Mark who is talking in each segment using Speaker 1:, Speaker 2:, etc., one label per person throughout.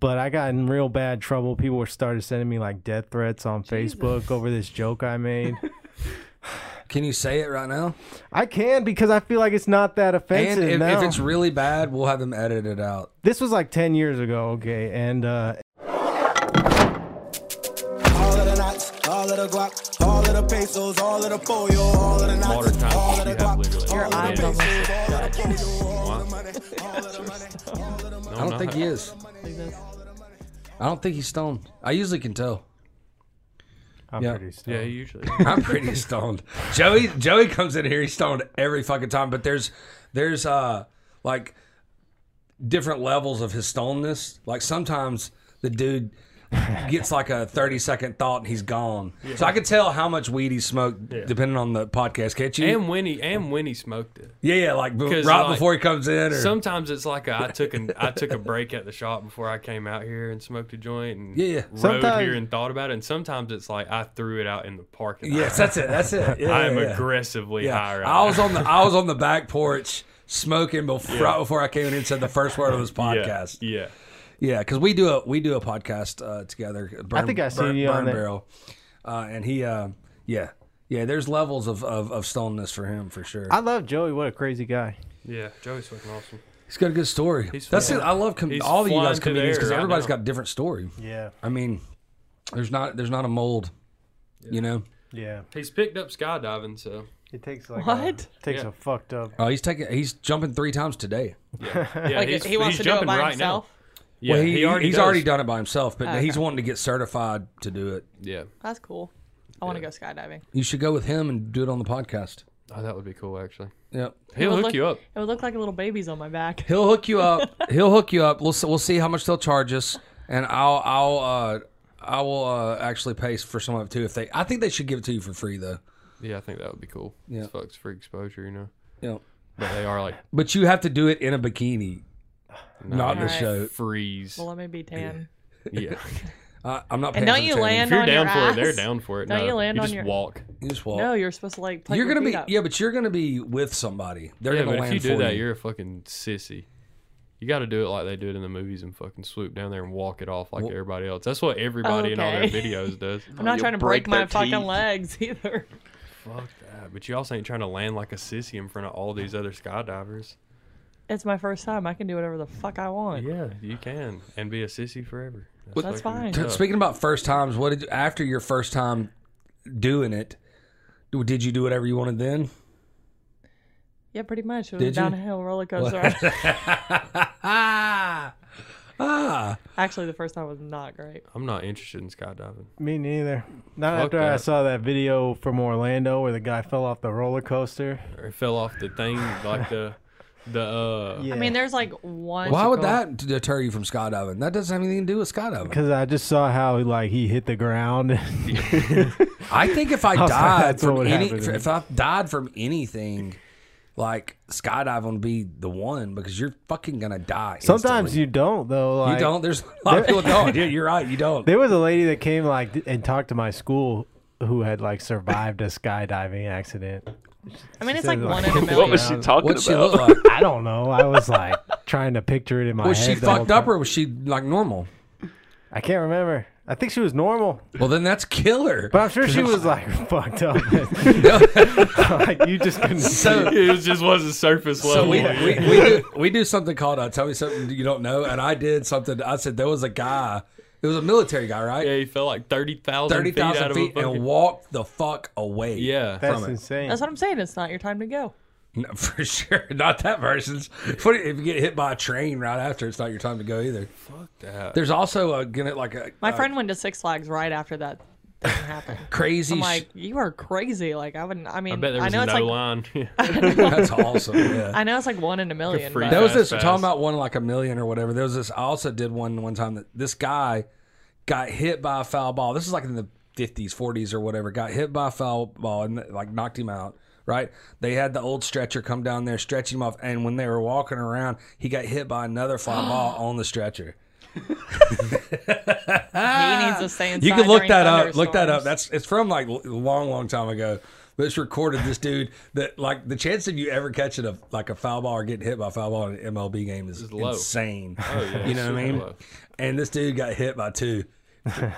Speaker 1: but I got in real bad trouble. People were started sending me like death threats on Facebook over this joke I made.
Speaker 2: Can you say it right now?
Speaker 1: I can because I feel like it's not that offensive
Speaker 2: And if,
Speaker 1: now.
Speaker 2: if it's really bad, we'll have him edit it out.
Speaker 1: this was like 10 years ago, okay, and uh
Speaker 3: All of the knots, all of the guac, all of the pesos, all of the pollo, all of the knots,
Speaker 4: Modern times,
Speaker 3: all of
Speaker 4: you
Speaker 3: the
Speaker 4: have
Speaker 3: guac, all
Speaker 4: literally all
Speaker 3: of the
Speaker 4: the
Speaker 3: pesos, all of the pollo, all of the money, all of the money, all of the money.
Speaker 2: I don't think he is. I don't think he's stoned. I usually can tell.
Speaker 1: I'm
Speaker 2: Yeah.
Speaker 1: pretty stoned.
Speaker 4: Yeah, he usually.
Speaker 2: I'm pretty stoned. Joey Joey comes in here, he's stoned every fucking time. But there's there's uh like different levels of his stonedness. Like sometimes the dude gets like a 30 second thought and he's gone. So I could tell how much weed he smoked depending on the podcast. Can't you?
Speaker 4: and when he and when he smoked it.
Speaker 2: yeah, yeah, like b-
Speaker 4: 'Cause,
Speaker 2: right
Speaker 4: like,
Speaker 2: before he comes in. Or,
Speaker 4: Sometimes it's like a, I took an I took a break at the shop before I came out here and smoked a joint and
Speaker 2: Yeah, yeah.
Speaker 4: rode
Speaker 1: Sometimes-
Speaker 4: here and thought about it. And sometimes it's like I threw it out in the parking. lot.
Speaker 2: yes, that's it. That's it. Yeah,
Speaker 4: I am
Speaker 2: yeah, yeah.
Speaker 4: aggressively
Speaker 2: Yeah.
Speaker 4: high. Right
Speaker 2: I was
Speaker 4: now.
Speaker 2: on the I was on the back porch smoking before right before I came in and said the first word of this
Speaker 4: Yeah,
Speaker 2: podcast.
Speaker 4: Yeah,
Speaker 2: Yeah, because we do a we do a podcast uh, together. Burn,
Speaker 1: I think I seen
Speaker 2: Burn-
Speaker 1: you on
Speaker 2: Burn
Speaker 1: that.
Speaker 2: Barrel, uh, and he, uh, yeah, yeah. There's levels of of, of stoneness for him for sure.
Speaker 1: I love Joey, what a crazy guy.
Speaker 4: yeah. Joey's fucking awesome.
Speaker 2: he's got a good story.
Speaker 4: He's
Speaker 2: That's
Speaker 4: flying-
Speaker 2: it. I love com-
Speaker 4: he's
Speaker 2: all of you
Speaker 4: flying
Speaker 2: guys
Speaker 4: through the
Speaker 2: comedians because
Speaker 4: air right
Speaker 2: everybody's
Speaker 4: now.
Speaker 2: got a different story.
Speaker 1: Yeah.
Speaker 2: I mean, there's not there's not a mold, you know.
Speaker 1: Yeah.
Speaker 4: He's picked up skydiving, so
Speaker 1: It takes like
Speaker 5: What?
Speaker 1: A, takes
Speaker 4: Yeah.
Speaker 1: a fucked up
Speaker 2: Oh, he's taking he's jumping three times today.
Speaker 4: yeah,
Speaker 5: Like
Speaker 4: he's,
Speaker 5: he wants
Speaker 4: he's
Speaker 5: to do it
Speaker 4: jumping
Speaker 5: by
Speaker 4: right
Speaker 5: himself.
Speaker 4: Now. Yeah,
Speaker 2: well, he,
Speaker 4: he already
Speaker 2: he's
Speaker 4: does.
Speaker 2: already done it by himself, but he's
Speaker 5: Okay.
Speaker 2: wanting to get certified to do it.
Speaker 4: Yeah,
Speaker 5: That's cool. I want to go skydiving.
Speaker 2: You should go with him and do it on the podcast.
Speaker 4: oh, that would be cool actually.
Speaker 2: Yep.
Speaker 4: He'll
Speaker 5: would
Speaker 4: hook
Speaker 5: look-
Speaker 4: you up.
Speaker 5: It would look like little babies on my back.
Speaker 2: He'll hook you up. He'll hook you up. We'll s- we'll see how much they'll charge us, and I'll I'll uh, I will uh, actually pay for some of it too. If they, I think they should give it to you for free though.
Speaker 4: Yeah, I think that would be cool.
Speaker 2: Yeah.
Speaker 4: Yeah, fucks for exposure, you know.
Speaker 2: Yeah.
Speaker 4: But they are like
Speaker 2: But you have to do it in a bikini, not in a
Speaker 5: Alright.
Speaker 2: show.
Speaker 4: freeze.
Speaker 5: Well, let me be tan.
Speaker 4: Yeah,
Speaker 2: Uh, I'm not. Paying for
Speaker 5: And don't
Speaker 2: the
Speaker 5: you
Speaker 2: tanning.
Speaker 4: if
Speaker 5: land
Speaker 4: you're
Speaker 5: on
Speaker 4: down
Speaker 5: your
Speaker 4: for
Speaker 5: ass.
Speaker 4: it, they're down for it.
Speaker 5: Don't
Speaker 4: no,
Speaker 5: you land on
Speaker 4: just
Speaker 5: your-
Speaker 4: walk.
Speaker 2: You just walk.
Speaker 5: No, you're supposed to like. Play
Speaker 2: you're
Speaker 5: your
Speaker 2: gonna
Speaker 5: feet
Speaker 2: be
Speaker 5: up.
Speaker 2: yeah, but you're gonna be with somebody. They're
Speaker 4: Yeah,
Speaker 2: gonna
Speaker 4: but if
Speaker 2: land
Speaker 4: you do
Speaker 2: for
Speaker 4: that,
Speaker 2: you.
Speaker 4: you're a fucking sissy. You got to do it like they do it in the movies and fucking swoop down there and walk it off like everybody else. That's what everybody in all their
Speaker 5: Okay.
Speaker 4: videos does.
Speaker 5: I'm not
Speaker 6: you'll
Speaker 5: trying to break,
Speaker 6: break
Speaker 5: my
Speaker 6: their
Speaker 5: fucking
Speaker 6: teeth.
Speaker 5: legs either.
Speaker 4: Fuck that. But you also ain't trying to land like a sissy in front of all these other skydivers.
Speaker 5: It's my first time. I can do whatever the fuck I want.
Speaker 4: Yeah, you can and be a sissy forever.
Speaker 5: That's
Speaker 4: fucking
Speaker 5: fine.
Speaker 2: T-
Speaker 4: tough.
Speaker 2: Speaking about first times, what did you, after your first time doing it? d- Did you do whatever you wanted then?
Speaker 5: Yeah, pretty much. It was
Speaker 2: Did
Speaker 5: a
Speaker 2: you?
Speaker 5: downhill roller coaster. ride.
Speaker 2: Ah, ah.
Speaker 5: Actually, the first time was not great.
Speaker 4: I'm not interested in skydiving.
Speaker 1: Me neither. Not
Speaker 4: Fuck
Speaker 1: after I
Speaker 4: that.
Speaker 1: saw that video from Orlando where the guy fell off the roller coaster.
Speaker 4: Or it fell off the thing like the the uh
Speaker 1: Yeah.
Speaker 5: I mean, there's like one.
Speaker 2: Why would that deter you from skydiving? That doesn't have anything to do with skydiving.
Speaker 1: because I just saw how like he hit the ground.
Speaker 2: I think if I
Speaker 1: was like,
Speaker 2: died
Speaker 1: that's what
Speaker 2: from
Speaker 1: would
Speaker 2: any,
Speaker 1: happen to me.
Speaker 2: if I died from anything, like skydiving would be the one because you're fucking gonna die.
Speaker 1: Sometimes
Speaker 2: instantly.
Speaker 1: you don't though. Like,
Speaker 2: you don't. There's a lot of people that don't. Yeah, you're right. You don't.
Speaker 1: There was a lady that came like th- and talked to my school who had like survived a skydiving accident.
Speaker 5: I mean, it's
Speaker 1: said
Speaker 5: like
Speaker 1: it
Speaker 5: one
Speaker 1: like-
Speaker 5: in a
Speaker 1: What
Speaker 5: million.
Speaker 6: What was she talking
Speaker 2: What she
Speaker 6: about?
Speaker 2: look like?
Speaker 1: I don't know. I was like trying to picture it in my
Speaker 2: Was
Speaker 1: head.
Speaker 2: she
Speaker 1: the whole
Speaker 2: fucked up
Speaker 1: time.
Speaker 2: or was she like normal?
Speaker 1: I can't remember. I think she was normal,
Speaker 2: Well, then that's killer.
Speaker 1: but I'm sure she was like fucked up. like you just couldn't.
Speaker 2: So
Speaker 4: it was- just wasn't surface level.
Speaker 2: So we, we, we, do, we do something called uh, tell me something you don't know, and I did something. I said there was a guy, it was a military guy, right?
Speaker 4: yeah, he fell like thirty thousand
Speaker 2: Thirty
Speaker 4: feet out
Speaker 2: thousand
Speaker 4: of
Speaker 2: feet,
Speaker 4: a
Speaker 2: and
Speaker 4: fucking,
Speaker 2: walked the fuck away.
Speaker 4: yeah.
Speaker 1: That's
Speaker 2: from it.
Speaker 1: insane.
Speaker 5: That's what I'm saying. It's not your time to go.
Speaker 2: No, for sure. Not that person's. What if you get hit by a train right after? It's not your time to go either. Fuck
Speaker 4: that.
Speaker 2: There's also a gonna like a
Speaker 5: My
Speaker 2: a
Speaker 5: friend went to Six Flags right after that thing happened.
Speaker 2: crazy.
Speaker 5: I'm
Speaker 2: sh-
Speaker 5: like, you are crazy. Like, I wouldn't. I mean,
Speaker 4: I bet there was
Speaker 5: know
Speaker 4: no
Speaker 5: it's like
Speaker 4: line.
Speaker 2: that's awesome. Yeah.
Speaker 5: I know it's like one in a million.
Speaker 4: freak.
Speaker 5: But
Speaker 2: There was this
Speaker 4: Fast,
Speaker 2: talking
Speaker 4: fast.
Speaker 2: about one like a million or whatever. There was this. I also did one one time that this guy got hit by a foul ball. This is like in the fifties, forties, or whatever. Got hit by a foul ball and like knocked him out. Right? They had the old stretcher come down there, stretch him off, and when they were walking around, he got hit by another fly ball on the stretcher.
Speaker 5: he needs to stay inside.
Speaker 2: You can look
Speaker 5: during
Speaker 2: that up. Ah! Look that up.
Speaker 5: thunderstorms.
Speaker 2: That's it's from like a long, long time ago. but it's recorded this dude that like the chance of you ever catching a like a foul ball or getting hit by a foul ball in an MLB game is
Speaker 4: Is low. Oh,
Speaker 2: insane.
Speaker 4: yeah,
Speaker 2: you know what I
Speaker 4: super
Speaker 2: mean?
Speaker 4: low.
Speaker 2: And this dude got hit by two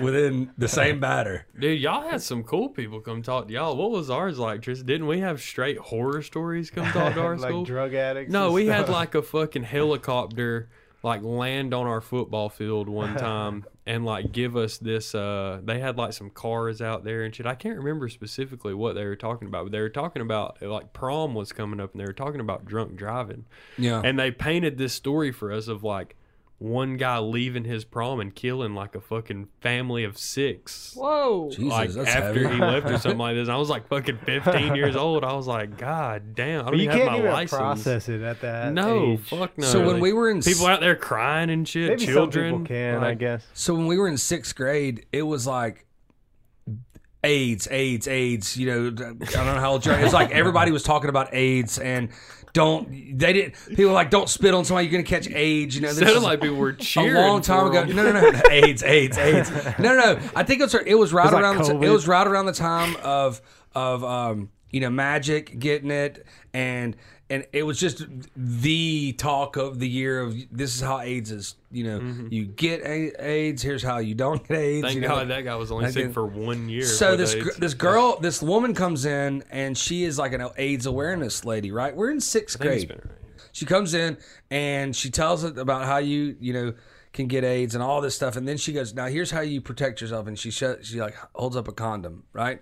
Speaker 2: within the same batter.
Speaker 4: Dude, y'all had some cool people come talk to y'all. What was ours like, Tris? Didn't we have straight horror stories come talk to our
Speaker 1: like
Speaker 4: school?
Speaker 1: drug addicts.
Speaker 4: No,
Speaker 1: and
Speaker 4: we had
Speaker 1: stuff.
Speaker 4: like a fucking helicopter like land on our football field one time and like give us this uh they had like some cars out there and shit. I can't remember specifically what they were talking about, but they were talking about like prom was coming up and they were talking about drunk driving.
Speaker 2: Yeah.
Speaker 4: And they painted this story for us of like one guy leaving his prom and killing like a fucking family of six
Speaker 5: Whoa.
Speaker 2: Jesus,
Speaker 4: like
Speaker 2: that's
Speaker 4: after
Speaker 2: heavy.
Speaker 4: he left or something like this. I was like fucking 15 years old. I was like, God damn, I don't
Speaker 1: But you
Speaker 4: even have my
Speaker 1: can't even
Speaker 4: license.
Speaker 1: process it at that.
Speaker 4: no,
Speaker 1: age.
Speaker 4: fuck no.
Speaker 2: So when
Speaker 4: Like,
Speaker 2: we were in
Speaker 4: people
Speaker 2: s-
Speaker 4: out there crying and shit,
Speaker 1: Maybe
Speaker 4: children
Speaker 1: some people can, I
Speaker 4: like,
Speaker 1: guess.
Speaker 2: So when we were in sixth grade, it was like AIDS, AIDS, AIDS. You know, I don't know how old you are. It was like everybody was talking about AIDS and don't they didn't people were like don't spit on somebody you're gonna catch AIDS. You know, this
Speaker 4: Sounded
Speaker 2: is
Speaker 4: like people were
Speaker 2: a
Speaker 4: cheering
Speaker 2: long time
Speaker 4: for
Speaker 2: ago.
Speaker 4: 'em.
Speaker 2: No, no, no, no. AIDS, AIDS, AIDS. No, no, no. I think it was it was right
Speaker 1: It was like
Speaker 2: around the ti- it
Speaker 1: COVID.
Speaker 2: was right around the time of of um you know Magic getting it and and it was just the talk of the year of this is how AIDS is. You know, you get A- AIDS. Here's how you don't get AIDS.
Speaker 4: Mm-hmm. Thank
Speaker 2: you know,
Speaker 4: God that guy was only
Speaker 2: I
Speaker 4: sick
Speaker 2: didn't-
Speaker 4: for one year.
Speaker 2: so
Speaker 4: with
Speaker 2: this gr-
Speaker 4: AIDS.
Speaker 2: this girl this woman comes in and she is like an AIDS awareness lady, right? We're in sixth
Speaker 4: I think it's
Speaker 2: grade.
Speaker 4: been around.
Speaker 2: She comes in and she tells it about how you, you know, can get AIDS and all this stuff. And then she goes, now here's how you protect yourself. And she sho- she like holds up a condom, right?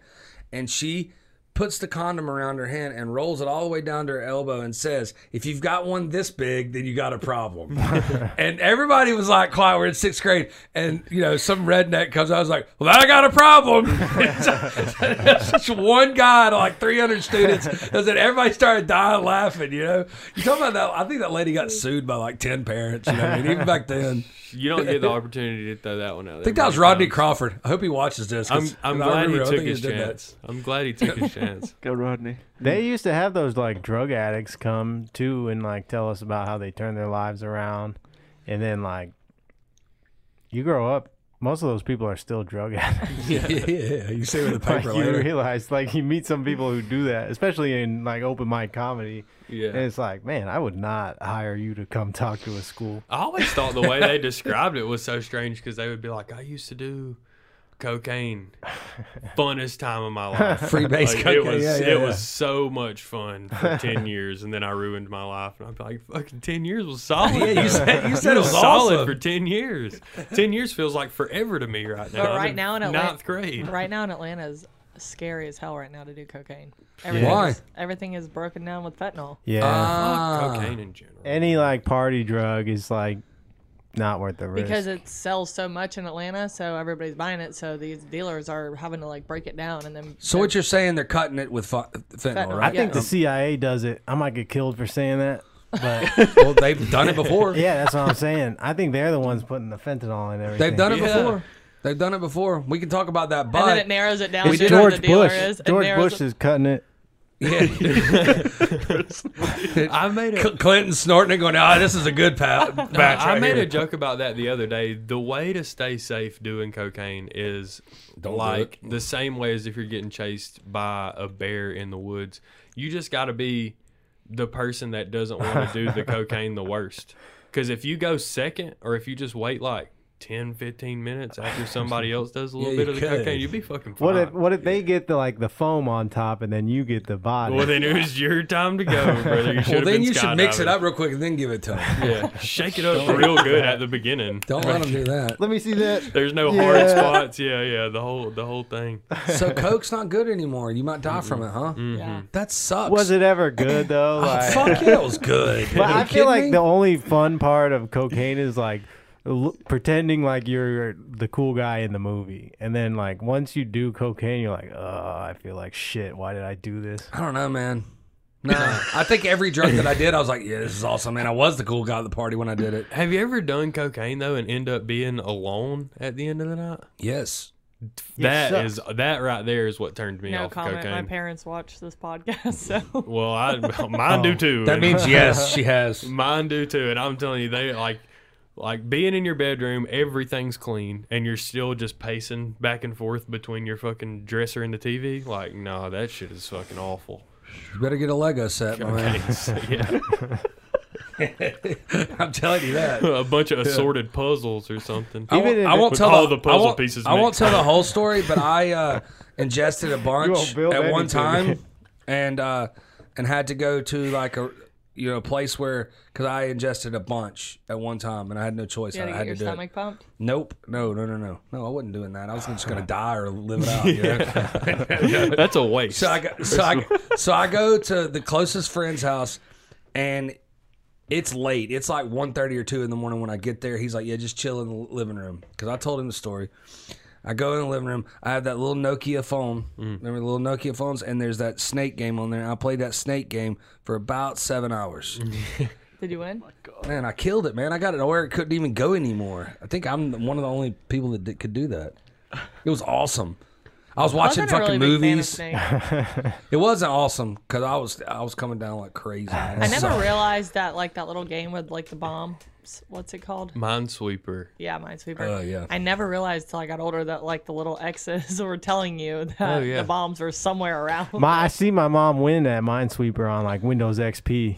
Speaker 2: And she puts the condom around her hand and rolls it all the way down to her elbow and says, if you've got one this big, then you got a problem. and everybody was like, quiet, we're in sixth grade. And, you know, some redneck comes out, I was like, well, then I got a problem. it's just one guy to like 300 students. And then everybody started dying laughing, you know? You talking about that? I think that lady got sued by like 10 parents, you know what I mean? Even back then.
Speaker 4: You don't get the opportunity to throw that one out there.
Speaker 2: I think that was Rodney Crawford. I hope he watches this.
Speaker 4: I'm,
Speaker 2: 'cause
Speaker 4: I'm
Speaker 2: I
Speaker 4: glad he
Speaker 2: remember- I
Speaker 4: took
Speaker 2: think
Speaker 4: his
Speaker 2: did that.
Speaker 4: chance. I'm glad he took his chance.
Speaker 6: Go Rodney.
Speaker 1: They used to have those like drug addicts come too and like tell us about how they turn their lives around, and then like you grow up. Most of those people are still drug addicts.
Speaker 2: yeah, yeah, you see with the
Speaker 1: like
Speaker 2: paper
Speaker 1: you
Speaker 2: later.
Speaker 1: realize, like you meet some people who do that, especially in like open mic comedy.
Speaker 4: Yeah.
Speaker 1: And it's like, man, I would not hire you to come talk to a school.
Speaker 4: I always thought the way they described it was so strange because they would be like, "I used to do cocaine, funnest time of my life."
Speaker 2: Free base
Speaker 4: Like,
Speaker 2: cocaine.
Speaker 4: it was
Speaker 2: yeah, yeah,
Speaker 4: it
Speaker 2: yeah.
Speaker 4: was so much fun for ten years, and then I ruined my life, and I'm like, "Fucking ten years was solid."
Speaker 2: Yeah, you
Speaker 4: though.
Speaker 2: said, you said it was
Speaker 4: solid
Speaker 2: awesome.
Speaker 4: for ten years. Ten years feels like forever to me right now.
Speaker 5: But
Speaker 4: I'm
Speaker 5: right
Speaker 4: in
Speaker 5: now in Atlanta,
Speaker 4: ninth grade.
Speaker 5: Right now in Atlanta is scary as hell right now to do cocaine. Everything
Speaker 2: Why?
Speaker 5: Is, everything is broken down with fentanyl.
Speaker 1: Yeah.
Speaker 2: Ah.
Speaker 4: cocaine in general.
Speaker 1: Any like party drug is like not worth the risk.
Speaker 5: Because it sells so much in Atlanta, so everybody's buying it. So these dealers are having to like break it down and then.
Speaker 2: So what you're saying? They're cutting it with fu- fentanyl,
Speaker 5: Fentanyl,
Speaker 1: I
Speaker 2: right?
Speaker 1: think
Speaker 5: Yeah.
Speaker 1: the CIA does it. I might get killed for saying that, but
Speaker 2: well, they've done it before.
Speaker 1: yeah, that's what I'm saying. I think they're the ones putting the fentanyl in everything.
Speaker 2: They've done it
Speaker 4: Yeah.
Speaker 2: before. They've done it before. We can talk about that,
Speaker 5: and then
Speaker 2: but
Speaker 5: it narrows it down
Speaker 1: It's
Speaker 5: to who
Speaker 1: George
Speaker 5: the E dealer
Speaker 1: Bush.
Speaker 5: is. It
Speaker 1: George
Speaker 5: narrows
Speaker 1: Bush
Speaker 5: it-
Speaker 1: is cutting it.
Speaker 4: I made a
Speaker 2: Cl- Clinton snorting and going, "Ah, this is a good pa- batch right
Speaker 4: I made
Speaker 2: here."
Speaker 4: a joke about that the other day. The way to stay safe doing cocaine is
Speaker 2: Don't do
Speaker 4: like the same way as if you're getting chased by a bear in the woods. You just got to be the person that doesn't want to do the cocaine the worst. Because if you go second or if you just wait like 10, 15 minutes after somebody else does a little
Speaker 2: Yeah,
Speaker 4: bit
Speaker 2: you
Speaker 4: of the
Speaker 2: could.
Speaker 4: cocaine, you'd be fucking fine.
Speaker 1: What if
Speaker 2: Ah,
Speaker 1: what if they get the like the foam on top and then you get the body?
Speaker 4: well, then it was your time to go, brother. You should
Speaker 2: Well, then
Speaker 4: have been
Speaker 2: you should mix it
Speaker 4: skydiving.
Speaker 2: up real quick and then give it to him.
Speaker 4: Yeah, shake it up real good at the beginning.
Speaker 2: Don't let him do that.
Speaker 1: Let me see that.
Speaker 4: There's no hard
Speaker 1: Yeah.
Speaker 4: spots. Yeah, yeah, the whole the whole thing.
Speaker 2: So coke's not good anymore. You might die from it, huh?
Speaker 5: Yeah.
Speaker 2: That sucks.
Speaker 1: Was it ever good though? Like,
Speaker 2: Oh, Fuck yeah, it was good.
Speaker 1: but
Speaker 2: Are you
Speaker 1: I feel
Speaker 2: kidding
Speaker 1: like
Speaker 2: me?
Speaker 1: the only fun part of cocaine is like l- pretending like you're the cool guy in the movie, and then like once you do cocaine, you're like, oh, I feel like shit. Why did I do this?
Speaker 2: I don't know, man. Nah, I think every drug that I did, I was like, "Yeah, this is awesome, man." I was the cool guy at the party when I did it.
Speaker 4: Have you ever done cocaine though and end up being alone at the end of the night?
Speaker 2: Yes.
Speaker 4: That
Speaker 1: sucks.
Speaker 4: is that right there is what turned me
Speaker 5: No
Speaker 4: off of
Speaker 5: comment. My
Speaker 4: cocaine.
Speaker 5: parents watch this podcast, so
Speaker 4: well, I mine do too.
Speaker 2: That
Speaker 4: and-
Speaker 2: means yes, she has.
Speaker 4: mine do too, and I'm telling you, they like like being in your bedroom, everything's clean, and you're still just pacing back and forth between your fucking dresser and the TV. Like, nah, that shit is fucking awful.
Speaker 2: You better get a Lego set, my man.
Speaker 4: So, yeah,
Speaker 2: I'm telling you that.
Speaker 4: a bunch of assorted puzzles or something.
Speaker 2: I won't,
Speaker 1: Even if
Speaker 2: I
Speaker 1: it-
Speaker 2: won't
Speaker 4: with
Speaker 2: tell
Speaker 4: all
Speaker 2: the,
Speaker 4: the puzzle
Speaker 2: I won't-
Speaker 4: pieces
Speaker 2: I won't
Speaker 4: mixed.
Speaker 2: tell the whole story, but I uh, ingested a bunch
Speaker 1: won't
Speaker 2: at
Speaker 1: build
Speaker 2: one
Speaker 1: anything.
Speaker 2: time, and uh, and had to go to like a you know a place where because I ingested a bunch at one time and I had no choice.
Speaker 5: You
Speaker 2: I
Speaker 5: gotta
Speaker 2: had
Speaker 5: get your
Speaker 2: to do
Speaker 5: stomach
Speaker 2: it.
Speaker 5: pumped.
Speaker 2: Nope. No. No. No. No. No. I wasn't doing that. I was just gonna die or live it out. you know?
Speaker 4: That's a waste.
Speaker 2: So I go, so I so I go to the closest friend's house, and it's late. It's like 1.30 or two in the morning when I get there. He's like, "Yeah, just chill in the living room," because I told him the story. I go in the living room. I have that little Nokia phone.
Speaker 5: Mm.
Speaker 2: Remember the little Nokia phones? And there's that snake game on there. I played that snake game for about seven hours.
Speaker 5: Mm. Did you win?
Speaker 2: man, I killed it, man. I got it to where it couldn't even go anymore. I think I'm the- one of the only people that did, could do that. It was awesome. I was watching
Speaker 5: Wasn't a
Speaker 2: fucking
Speaker 5: really big fan of
Speaker 2: movies.
Speaker 5: Snake.
Speaker 2: It wasn't awesome because I was I was coming down like crazy. man.
Speaker 5: I never
Speaker 2: So-
Speaker 5: realized that like that little game with like the bomb. s- What's it called?
Speaker 4: Minesweeper.
Speaker 5: Yeah, Minesweeper.
Speaker 2: Oh, yeah.
Speaker 5: I never realized till I got older that like the little X's were telling you
Speaker 4: Oh,
Speaker 5: that
Speaker 4: yeah.
Speaker 5: the bombs were somewhere around.
Speaker 1: My, I see my mom win at Minesweeper on like Windows XP.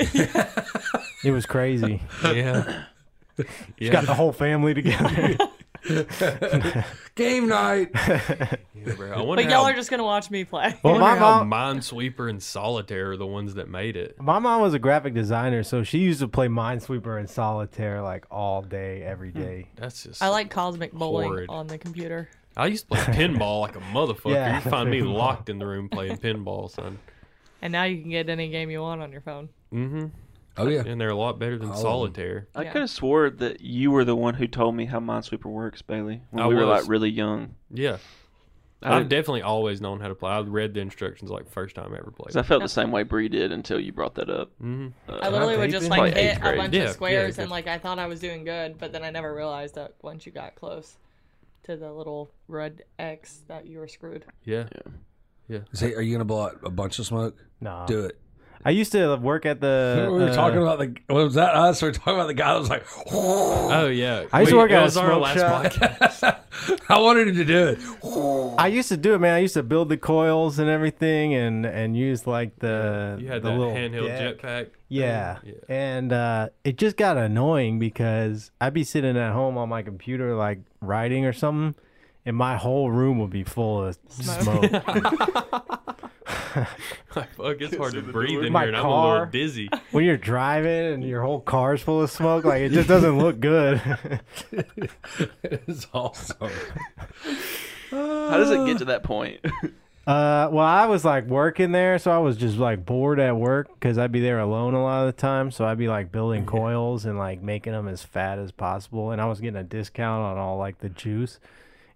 Speaker 1: it was crazy.
Speaker 4: Yeah.
Speaker 1: She got the whole family together.
Speaker 2: game night.
Speaker 4: bro. I wonder
Speaker 5: but
Speaker 4: how,
Speaker 5: y'all are just gonna watch me play.
Speaker 1: well,
Speaker 4: I
Speaker 1: my
Speaker 4: wonder how
Speaker 1: mom,
Speaker 4: Minesweeper and Solitaire are the ones that made it.
Speaker 1: my mom was a graphic designer, so she used to play Minesweeper and Solitaire like all day, every
Speaker 2: Hmm.
Speaker 1: day.
Speaker 4: That's just.
Speaker 5: I like cosmic bowling
Speaker 4: Horrid.
Speaker 5: on the computer.
Speaker 4: I used to play pinball like a motherfucker.
Speaker 1: Yeah.
Speaker 4: You find me locked in the room playing pinball, son.
Speaker 5: And now you can get any game you want on your phone.
Speaker 2: Oh yeah.
Speaker 4: And they're a lot better
Speaker 1: Oh.
Speaker 4: than Solitaire.
Speaker 6: I
Speaker 5: Yeah.
Speaker 6: could have swore that you were the one who told me how Minesweeper works, Bailey, when
Speaker 4: I
Speaker 6: we were
Speaker 4: was.
Speaker 6: like really young.
Speaker 4: Yeah.
Speaker 6: I
Speaker 4: I've
Speaker 6: didn't-
Speaker 4: definitely always known how to play. I read the instructions like first time I ever
Speaker 6: 'cause
Speaker 4: played.
Speaker 6: I felt the same way Bree did until you brought that up. Mm-hmm.
Speaker 5: I literally would just
Speaker 6: Probably
Speaker 5: like
Speaker 6: eighth
Speaker 5: hit a
Speaker 6: grade.
Speaker 5: bunch
Speaker 4: Yeah, yeah,
Speaker 5: of squares
Speaker 4: yeah.
Speaker 5: and like I thought I was doing good, but then I never realized that once you got close to the little red X that you were screwed.
Speaker 4: yeah.
Speaker 2: Say, are you gonna blow out a bunch of smoke?
Speaker 1: No,
Speaker 2: Do it.
Speaker 1: I used to work at the.
Speaker 2: we were
Speaker 1: uh,
Speaker 2: talking about the. What was that? Us? We were talking about the guy that was like.
Speaker 4: Oh yeah.
Speaker 1: I used to
Speaker 4: We-
Speaker 1: work
Speaker 4: it
Speaker 1: at a
Speaker 4: was our
Speaker 1: smoke
Speaker 4: last
Speaker 1: shop.
Speaker 4: podcast.
Speaker 2: I wanted him to do it.
Speaker 1: I used to do it, man. I used to build the coils and everything, and and use like the
Speaker 4: You had
Speaker 1: the
Speaker 4: that
Speaker 1: little
Speaker 4: handheld
Speaker 1: deck.
Speaker 4: jetpack.
Speaker 1: Yeah. And uh, it just got annoying because I'd be sitting at home on my computer, like writing or something, and my whole room would be full of smoke.
Speaker 4: Like, fuck, it's hard to breathe in
Speaker 1: My
Speaker 4: here, and I'm a
Speaker 1: car.
Speaker 4: little dizzy.
Speaker 1: when you're driving and your whole car's full of smoke, like it just doesn't look good.
Speaker 2: It's awesome.
Speaker 6: How does it get to that point?
Speaker 1: uh, well, I was like working there, so I was just like bored at work because I'd be there alone a lot of the time. So I'd be like building coils and like making them as fat as possible, and I was getting a discount on all like the juice.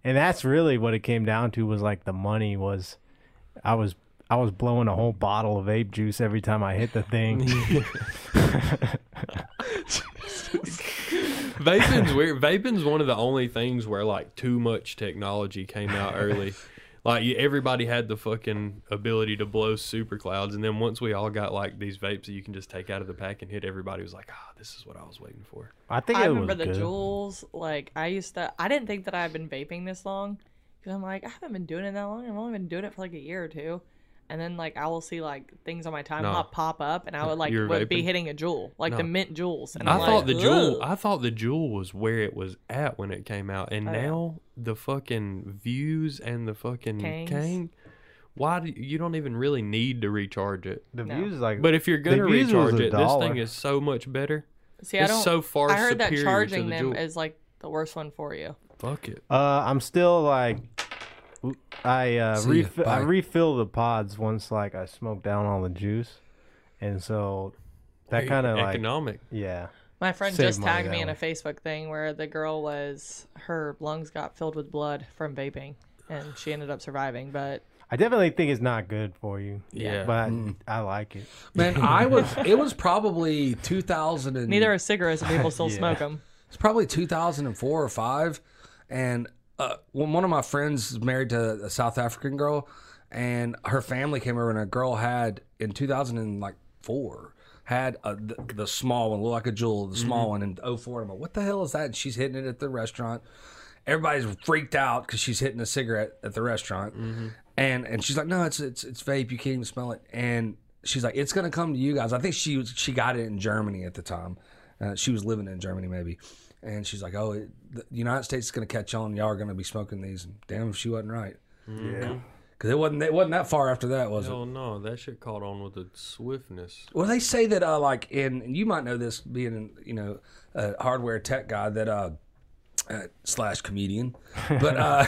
Speaker 1: and that's really what it came down to was like the money was i was i was blowing a whole bottle of ape juice every time i hit the thing
Speaker 4: Vaping's weird. Vaping's one of the only things where like too much technology came out early. Like you, everybody had the fucking ability to blow super clouds, and then once we all got like these vapes that you can just take out of the pack and hit, everybody was like, "Ah, this is what I was waiting for."
Speaker 1: i think
Speaker 5: I
Speaker 1: it
Speaker 5: remember
Speaker 1: was
Speaker 5: the
Speaker 1: good.
Speaker 5: jewels. Like I used to, I didn't think that I've been vaping this long because I'm like I haven't been doing it that long. I've only been doing it for like a year or two, and then like I will see like things on my time
Speaker 4: No.
Speaker 5: hop pop up, and I would like
Speaker 4: You're
Speaker 5: would be
Speaker 4: vaping?
Speaker 5: hitting a jewel, like the
Speaker 4: No.
Speaker 5: mint jewels. And
Speaker 4: I
Speaker 5: I'm
Speaker 4: thought
Speaker 5: like,
Speaker 4: the jewel.
Speaker 5: "Ugh."
Speaker 4: I thought the jewel was where it was at when it came out,
Speaker 5: Oh,
Speaker 4: and now the fucking views and the fucking
Speaker 5: Kangs.
Speaker 4: Kang. Why do you don't even really need to recharge it?
Speaker 1: the
Speaker 5: No.
Speaker 1: views like
Speaker 4: But if you're
Speaker 1: The
Speaker 4: gonna
Speaker 1: views was
Speaker 4: recharge
Speaker 1: a
Speaker 4: it, this
Speaker 1: dollar.
Speaker 4: thing is so much better.
Speaker 5: See, I
Speaker 4: it's
Speaker 5: don't.
Speaker 4: so far
Speaker 5: I heard that
Speaker 4: superior to the
Speaker 5: charging them
Speaker 4: jewel.
Speaker 5: is like the worst one for you.
Speaker 4: Fuck it.
Speaker 1: uh i'm still like oop, i uh
Speaker 2: See ya,
Speaker 1: refi- i
Speaker 2: bye.
Speaker 1: refill the pods once like i smoke down all the juice and so that kind of like
Speaker 4: economic.
Speaker 1: yeah
Speaker 5: My friend
Speaker 1: Save
Speaker 5: just
Speaker 1: money
Speaker 5: tagged
Speaker 1: that
Speaker 5: me in a
Speaker 1: way.
Speaker 5: Facebook thing where the girl was her lungs got filled with blood from vaping, and she ended up surviving. But
Speaker 1: i definitely think it's not good for you
Speaker 4: Yeah.
Speaker 1: but I-
Speaker 2: Mm.
Speaker 1: i like it
Speaker 2: Man, I was. It was probably 2000. And,
Speaker 4: Mm.
Speaker 5: neither are cigarettes, and people still smoke 'em. smoke them.
Speaker 2: It's probably 2004 or five, and uh, when one of my friends is married to a South African girl, and her family came over, and a girl had in 2004 had a, the, the small one, looked like a jewel, the small one in 04. I'm like, what the hell is that? And she's hitting it at the restaurant. Everybody's freaked out because she's hitting a cigarette at the restaurant. And and she's like, no, it's it's it's vape. You can't even smell it. And she's like, it's gonna come to you guys. I think she was she got it in Germany at the time. Uh, she was living in Germany maybe. And she's like, oh, it, the United States is gonna catch on. Y'all are gonna be smoking these. And damn, if she wasn't right.
Speaker 1: Yeah.
Speaker 2: Because it wasn't it wasn't that far after that, was it?
Speaker 4: Hell no, that shit caught on with the swiftness.
Speaker 2: Well, they say that uh, like in and you might know this being in, you know a hardware tech guy that uh, uh slash comedian, but uh,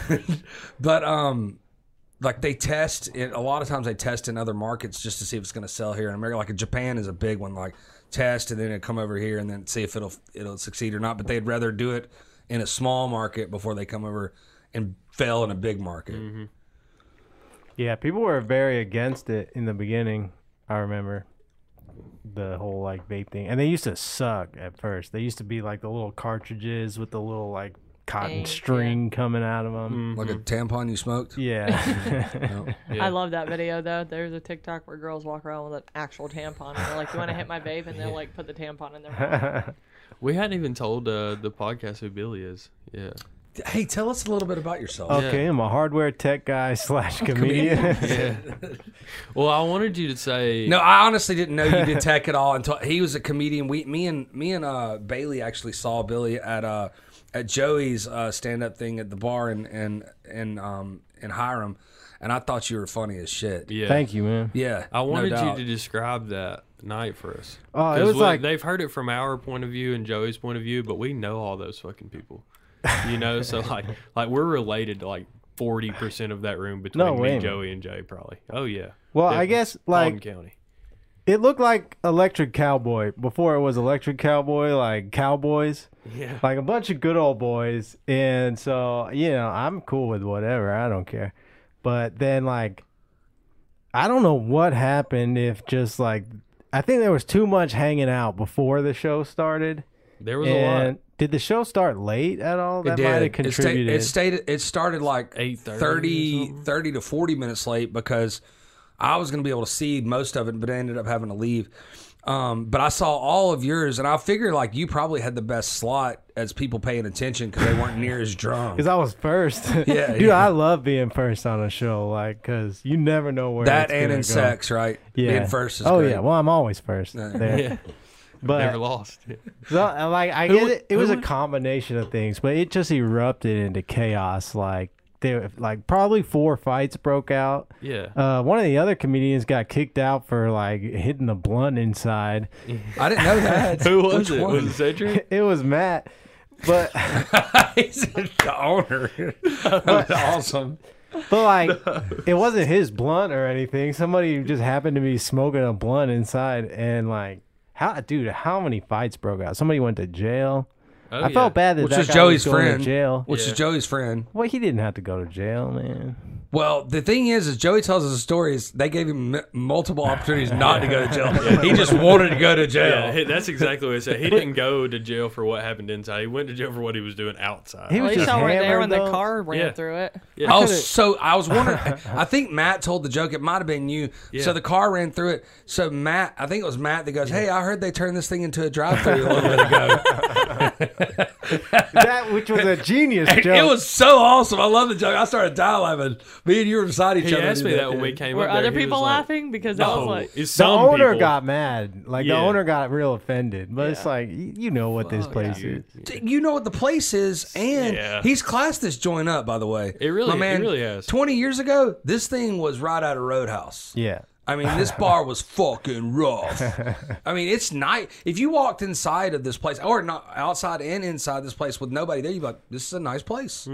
Speaker 2: but um like they test it a lot of times they test in other markets just to see if it's going to sell here in America. Like Japan is a big one, like test and then it come over here and then see if it'll it'll succeed or not. But they'd rather do it in a small market before they come over and fail in a big market.
Speaker 1: Yeah, people were very against it in the beginning. I remember the whole like vape thing, and they used to suck at first. They used to be like the little cartridges with the little like
Speaker 5: Dang,
Speaker 1: cotton
Speaker 5: yeah.
Speaker 1: string coming out of them.
Speaker 2: Like a tampon you smoked.
Speaker 1: Yeah,
Speaker 2: No.
Speaker 4: Yeah.
Speaker 5: I love that video though. There's a TikTok where girls walk around with an actual tampon and they're like, "You want to hit my vape?" and they'll like put the tampon in their mouth.
Speaker 4: We hadn't even told uh, the podcast who Billy is. Yeah.
Speaker 2: Hey, tell us a little bit about yourself.
Speaker 1: okay, I'm a hardware tech guy slash comedian.
Speaker 4: Well, I wanted you to say
Speaker 2: No, I honestly didn't know you did tech at all until he was a comedian. We, me and me and uh, Bailey actually saw Billy at uh, at Joey's uh, stand up thing at the bar in in in, um, in Hiram, and I thought you were funny as shit.
Speaker 4: Yeah.
Speaker 1: Thank you, man.
Speaker 2: Yeah,
Speaker 4: I wanted
Speaker 2: no doubt.
Speaker 4: you to describe that night for us.
Speaker 1: Oh, it
Speaker 4: 'Cause
Speaker 1: was
Speaker 4: we-
Speaker 1: like-
Speaker 4: they've heard it from our point of view and Joey's point of view, but we know all those fucking people. You know, so like like we're related to like forty percent of that room between
Speaker 1: No
Speaker 4: me,
Speaker 1: way, man.
Speaker 4: Joey, and Jay probably. Oh yeah.
Speaker 1: Well, I
Speaker 4: Definitely.
Speaker 1: guess
Speaker 4: Fulton
Speaker 1: like
Speaker 4: County.
Speaker 1: it looked like Electric Cowboy before it was Electric Cowboy, like cowboys.
Speaker 4: Yeah.
Speaker 1: like a bunch of good old boys. And so, you know, I'm cool with whatever. I don't care. But then, like, I don't know what happened if just like, I think there was too much hanging out before the show started.
Speaker 4: There was a lot.
Speaker 1: And did the show start late at all?
Speaker 2: It
Speaker 1: That might have
Speaker 2: did. It sta-
Speaker 1: contributed.
Speaker 2: It, stayed. It started like
Speaker 4: 8:30 or
Speaker 2: 30,
Speaker 4: something.
Speaker 2: 30 to forty minutes late because I was going to be able to see most of it, but I ended up having to leave. Um, but I saw all of yours, and I figure like you probably had the best slot as people paying attention because they weren't near as drunk.
Speaker 1: Cause I was first,
Speaker 2: Yeah,
Speaker 1: dude.
Speaker 2: yeah.
Speaker 1: I love being first on a show, like, cause you never know where
Speaker 2: That
Speaker 1: it's
Speaker 2: and
Speaker 1: gonna
Speaker 2: in
Speaker 1: go.
Speaker 2: sex, right?
Speaker 1: Yeah.
Speaker 2: Being first is
Speaker 1: oh
Speaker 2: great.
Speaker 1: yeah, well I'm always first. there.
Speaker 4: Yeah.
Speaker 1: But
Speaker 4: Never lost. Yeah.
Speaker 1: So, uh, like I
Speaker 4: Who
Speaker 1: get
Speaker 4: wa-
Speaker 1: it. It
Speaker 4: who
Speaker 1: was a
Speaker 4: wa-
Speaker 1: combination of things, but it just erupted into chaos. Like there, like probably four fights broke out.
Speaker 4: Yeah.
Speaker 1: Uh, one of the other comedians got kicked out for like hitting the blunt inside.
Speaker 2: I didn't know that.
Speaker 4: Who was
Speaker 2: Which
Speaker 4: it?
Speaker 2: one?
Speaker 4: Was it Cedric?
Speaker 1: It was Matt, but
Speaker 2: He's the owner. That's awesome.
Speaker 1: but like it wasn't his blunt or anything. Somebody just happened to be smoking a blunt inside, and like how, dude, how many fights broke out? Somebody went to jail.
Speaker 4: Oh,
Speaker 1: I felt bad that
Speaker 2: Which
Speaker 1: that
Speaker 2: was
Speaker 1: guy
Speaker 2: Joey's
Speaker 1: was going
Speaker 2: friend.
Speaker 1: to jail.
Speaker 2: Which
Speaker 4: Yeah.
Speaker 2: is Joey's friend.
Speaker 1: Well, he didn't have to go to jail, man.
Speaker 2: Well, the thing is, is Joey tells us the stories. They gave him m- multiple opportunities not to go to jail. He just wanted to go to
Speaker 4: Yeah,
Speaker 2: jail.
Speaker 4: he- that's exactly what I said. He didn't go to jail for what happened inside. He went to jail for what he was doing outside.
Speaker 1: He
Speaker 5: At
Speaker 1: was
Speaker 5: least
Speaker 1: just
Speaker 5: y'all weren't there when
Speaker 1: hammered, though.
Speaker 5: the car ran
Speaker 4: Yeah.
Speaker 5: through it.
Speaker 2: Oh, so I was wondering. I think Matt told the joke. It might have been you. So the car ran through it. So Matt, I think it was Matt that goes, "Hey, I heard they turned this thing into a drive-through a little bit ago."
Speaker 1: that which was a genius joke.
Speaker 2: It was so awesome. I love the joke. I started dialoguing. Me and you were beside each
Speaker 4: He
Speaker 2: other.
Speaker 4: asked me that when we came
Speaker 5: Were
Speaker 4: up there.
Speaker 5: other
Speaker 4: He was
Speaker 5: people
Speaker 4: like,
Speaker 5: laughing? Because that was
Speaker 4: "No,
Speaker 5: like,
Speaker 4: it's
Speaker 1: the
Speaker 4: some
Speaker 1: owner
Speaker 4: people."
Speaker 1: got mad. Like
Speaker 4: Yeah.
Speaker 1: the owner got real offended. But it's
Speaker 5: Yeah.
Speaker 1: like y- you know what this place is.
Speaker 2: you know what the place is, and
Speaker 4: Yeah.
Speaker 2: he's classed this joint up. By the way,
Speaker 4: It really-
Speaker 2: My
Speaker 4: it
Speaker 2: man,
Speaker 4: really has.
Speaker 2: Twenty years ago, this thing was right out of Roadhouse.
Speaker 1: Yeah.
Speaker 2: I mean, this bar was fucking rough. I mean, it's night. If you walked inside of this place, or not outside and inside this place with nobody there, you'd be like, "This is a nice place."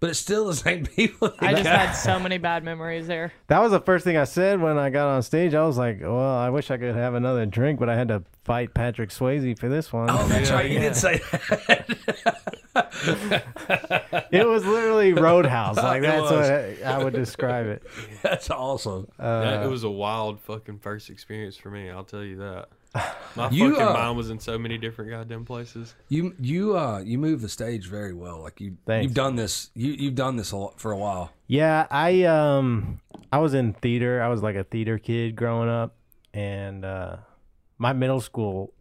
Speaker 2: But it's still the same people.
Speaker 5: I just had so many bad memories there.
Speaker 1: That was the first thing I said when I got on stage. I was like, "Well, I wish I could have another drink, but I had to fight Patrick Swayze for this one."
Speaker 2: Oh, that's right. You did say that.
Speaker 1: It was literally Roadhouse. Like
Speaker 2: It
Speaker 1: that's
Speaker 2: was.
Speaker 1: what I, I would describe it.
Speaker 2: That's awesome.
Speaker 4: That- it was a wild fucking first experience for me. I'll tell you that. My
Speaker 2: You,
Speaker 4: fucking
Speaker 2: uh,
Speaker 4: mind was in so many different goddamn places.
Speaker 2: You you uh you move the stage very well. Like you
Speaker 1: Thanks.
Speaker 2: you've done this. You you've done this a lot for a while.
Speaker 1: Yeah, I um I was in theater. I was like a theater kid growing up and uh my middle school,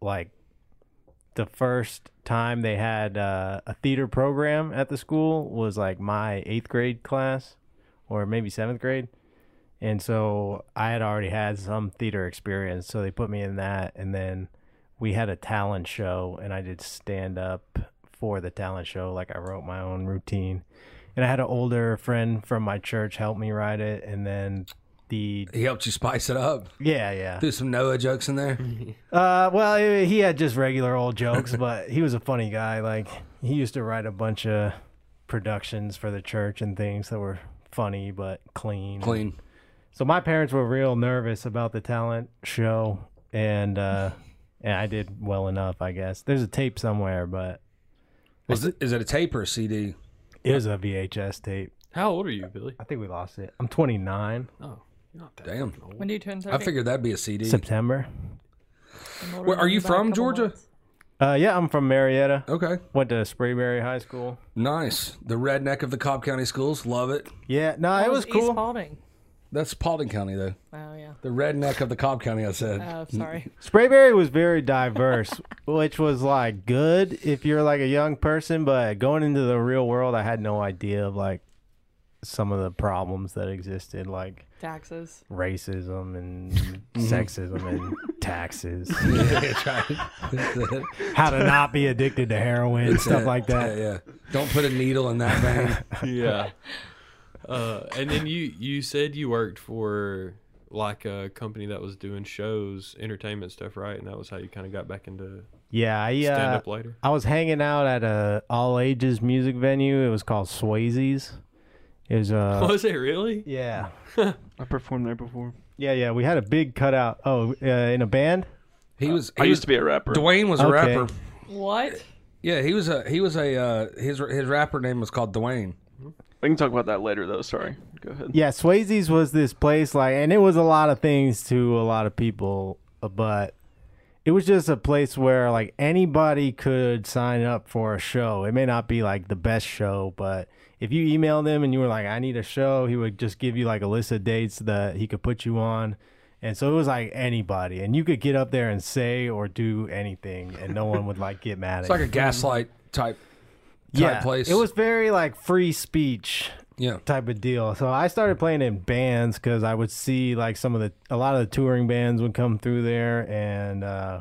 Speaker 1: like the first time they had uh, a theater program at the school was like my eighth grade class or maybe seventh grade. And so I had already had some theater experience. So they put me in that. And then we had a talent show, and I did stand up for the talent show. Like I wrote my own routine. And I had an older friend from my church help me write it. And then the,
Speaker 2: He helped you spice it up.
Speaker 1: yeah, yeah.
Speaker 2: Threw some Noah jokes in there.
Speaker 1: Uh, well, he he had just regular old jokes, but he was a funny guy. Like he used to write a bunch of productions for the church and things that were funny but clean.
Speaker 2: Clean.
Speaker 1: So my parents were real nervous about the talent show, and uh, and I did well enough, I guess. There's a tape somewhere, but
Speaker 2: Was it, is it a tape or a CD?
Speaker 1: it was a VHS tape.
Speaker 4: How old are you, Billy?
Speaker 1: I think we lost it. I'm 29.
Speaker 4: Oh, you're not that.
Speaker 2: Damn.
Speaker 5: When do you turn 30?
Speaker 2: I figured that'd be a CD.
Speaker 1: September.
Speaker 5: I'm older
Speaker 2: Where-
Speaker 5: than
Speaker 2: are you
Speaker 5: by a
Speaker 2: from,
Speaker 5: couple
Speaker 2: Georgia?
Speaker 5: months.
Speaker 1: Uh, yeah, I'm from Marietta.
Speaker 2: Okay.
Speaker 1: Went to Sprayberry High School.
Speaker 2: Nice. The redneck of the Cobb County schools. Love it.
Speaker 1: Yeah, no,
Speaker 5: I
Speaker 1: it was
Speaker 5: East
Speaker 1: cool.
Speaker 5: Spalding.
Speaker 2: That's Paulding County, though.
Speaker 5: Oh yeah.
Speaker 2: The redneck of the Cobb County, I said.
Speaker 5: Oh, sorry.
Speaker 1: Sprayberry was very diverse, which was like good if you're like a young person, but going into the real world, I had no idea of like some of the problems that existed, like
Speaker 5: Taxes.
Speaker 1: racism and sexism and taxes,
Speaker 2: yeah, that's right. That's it.
Speaker 1: how to not be addicted to heroin, stuff like that.
Speaker 2: Yeah, yeah. Don't put a needle in that vein.
Speaker 4: yeah. Uh, and then you you said you worked for like a company that was doing shows, entertainment stuff, right? And that was how you kind of got back into
Speaker 1: Yeah, I, uh,
Speaker 4: stand up later.
Speaker 1: I was hanging out at a all ages music venue. It was called Swayze's. It was uh,
Speaker 4: was it really?
Speaker 1: yeah,
Speaker 6: I performed there before.
Speaker 1: yeah, yeah. We had a big cutout. Oh, uh, in a band.
Speaker 2: He was. He
Speaker 6: I
Speaker 2: was,
Speaker 6: used to be a rapper.
Speaker 2: Dwayne was a
Speaker 1: Okay.
Speaker 2: rapper.
Speaker 5: What?
Speaker 2: Yeah, he was a. He was a. Uh, his his rapper name was called Dwayne.
Speaker 6: We can talk about that later, though. Sorry. Go ahead.
Speaker 1: yeah, Swayze's was this place like, and it was a lot of things to a lot of people, uh, but it was just a place where like anybody could sign up for a show. It may not be like the best show, but if you emailed him and you were like, "I need a show," he would just give you like a list of dates that he could put you on. And so it was like anybody, and you could get up there and say or do anything, and no one would like get mad at
Speaker 2: It's like
Speaker 1: you.
Speaker 2: a gaslight type.
Speaker 1: yeah,
Speaker 2: place.
Speaker 1: It was very like free speech
Speaker 2: Yeah.
Speaker 1: type of deal. So I started playing in bands because I would see like some of the a lot of the touring bands would come through there, and uh,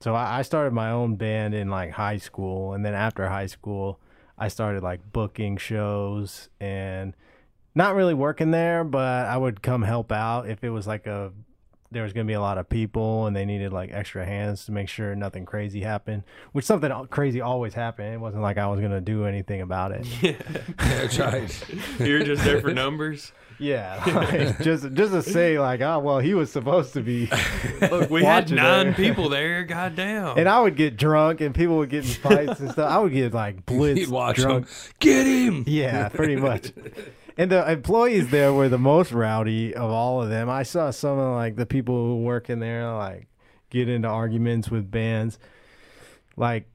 Speaker 1: so I, I started my own band in like high school, and then after high school, I started like booking shows and not really working there, but I would come help out if it was like a there was going to be a lot of people and they needed like extra hands to make sure nothing crazy happened, which something al- crazy always happened. It wasn't like I was going to do anything about it.
Speaker 2: Yeah, that's right.
Speaker 4: You're just there for numbers.
Speaker 1: Yeah, like, just just to say like, oh well, he was supposed to be,
Speaker 4: Look, we had
Speaker 1: Watching
Speaker 4: nine
Speaker 1: there.
Speaker 4: people there. Goddamn.
Speaker 1: and I would get drunk, and people would get in fights and stuff. I would get like
Speaker 2: He'd
Speaker 1: blitzed,
Speaker 2: watch
Speaker 1: drunk.
Speaker 2: him. Get him.
Speaker 1: Yeah, pretty much. And the employees there were the most rowdy of all of them. I saw some of like the people who work in there like get into arguments with bands. Like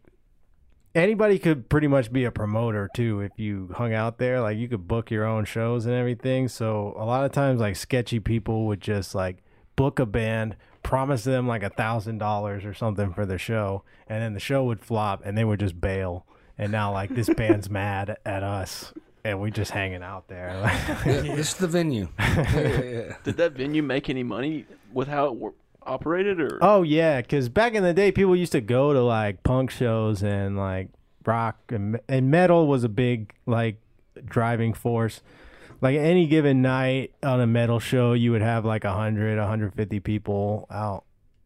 Speaker 1: anybody could pretty much be a promoter too if you hung out there. Like you could book your own shows and everything. So a lot of times like sketchy people would just like book a band, promise them like a thousand dollars or something for the show, and then the show would flop and they would just bail. And now like this band's mad at us and we just hanging out there.
Speaker 2: Yeah, This is the venue. Yeah, yeah, yeah.
Speaker 6: Did that venue make any money with how it wor- operated, or
Speaker 1: Oh yeah, because back in the day, people used to go to like punk shows and like rock and and metal was a big like driving force. Like any given night on a metal show, you would have like 100, 150 people out.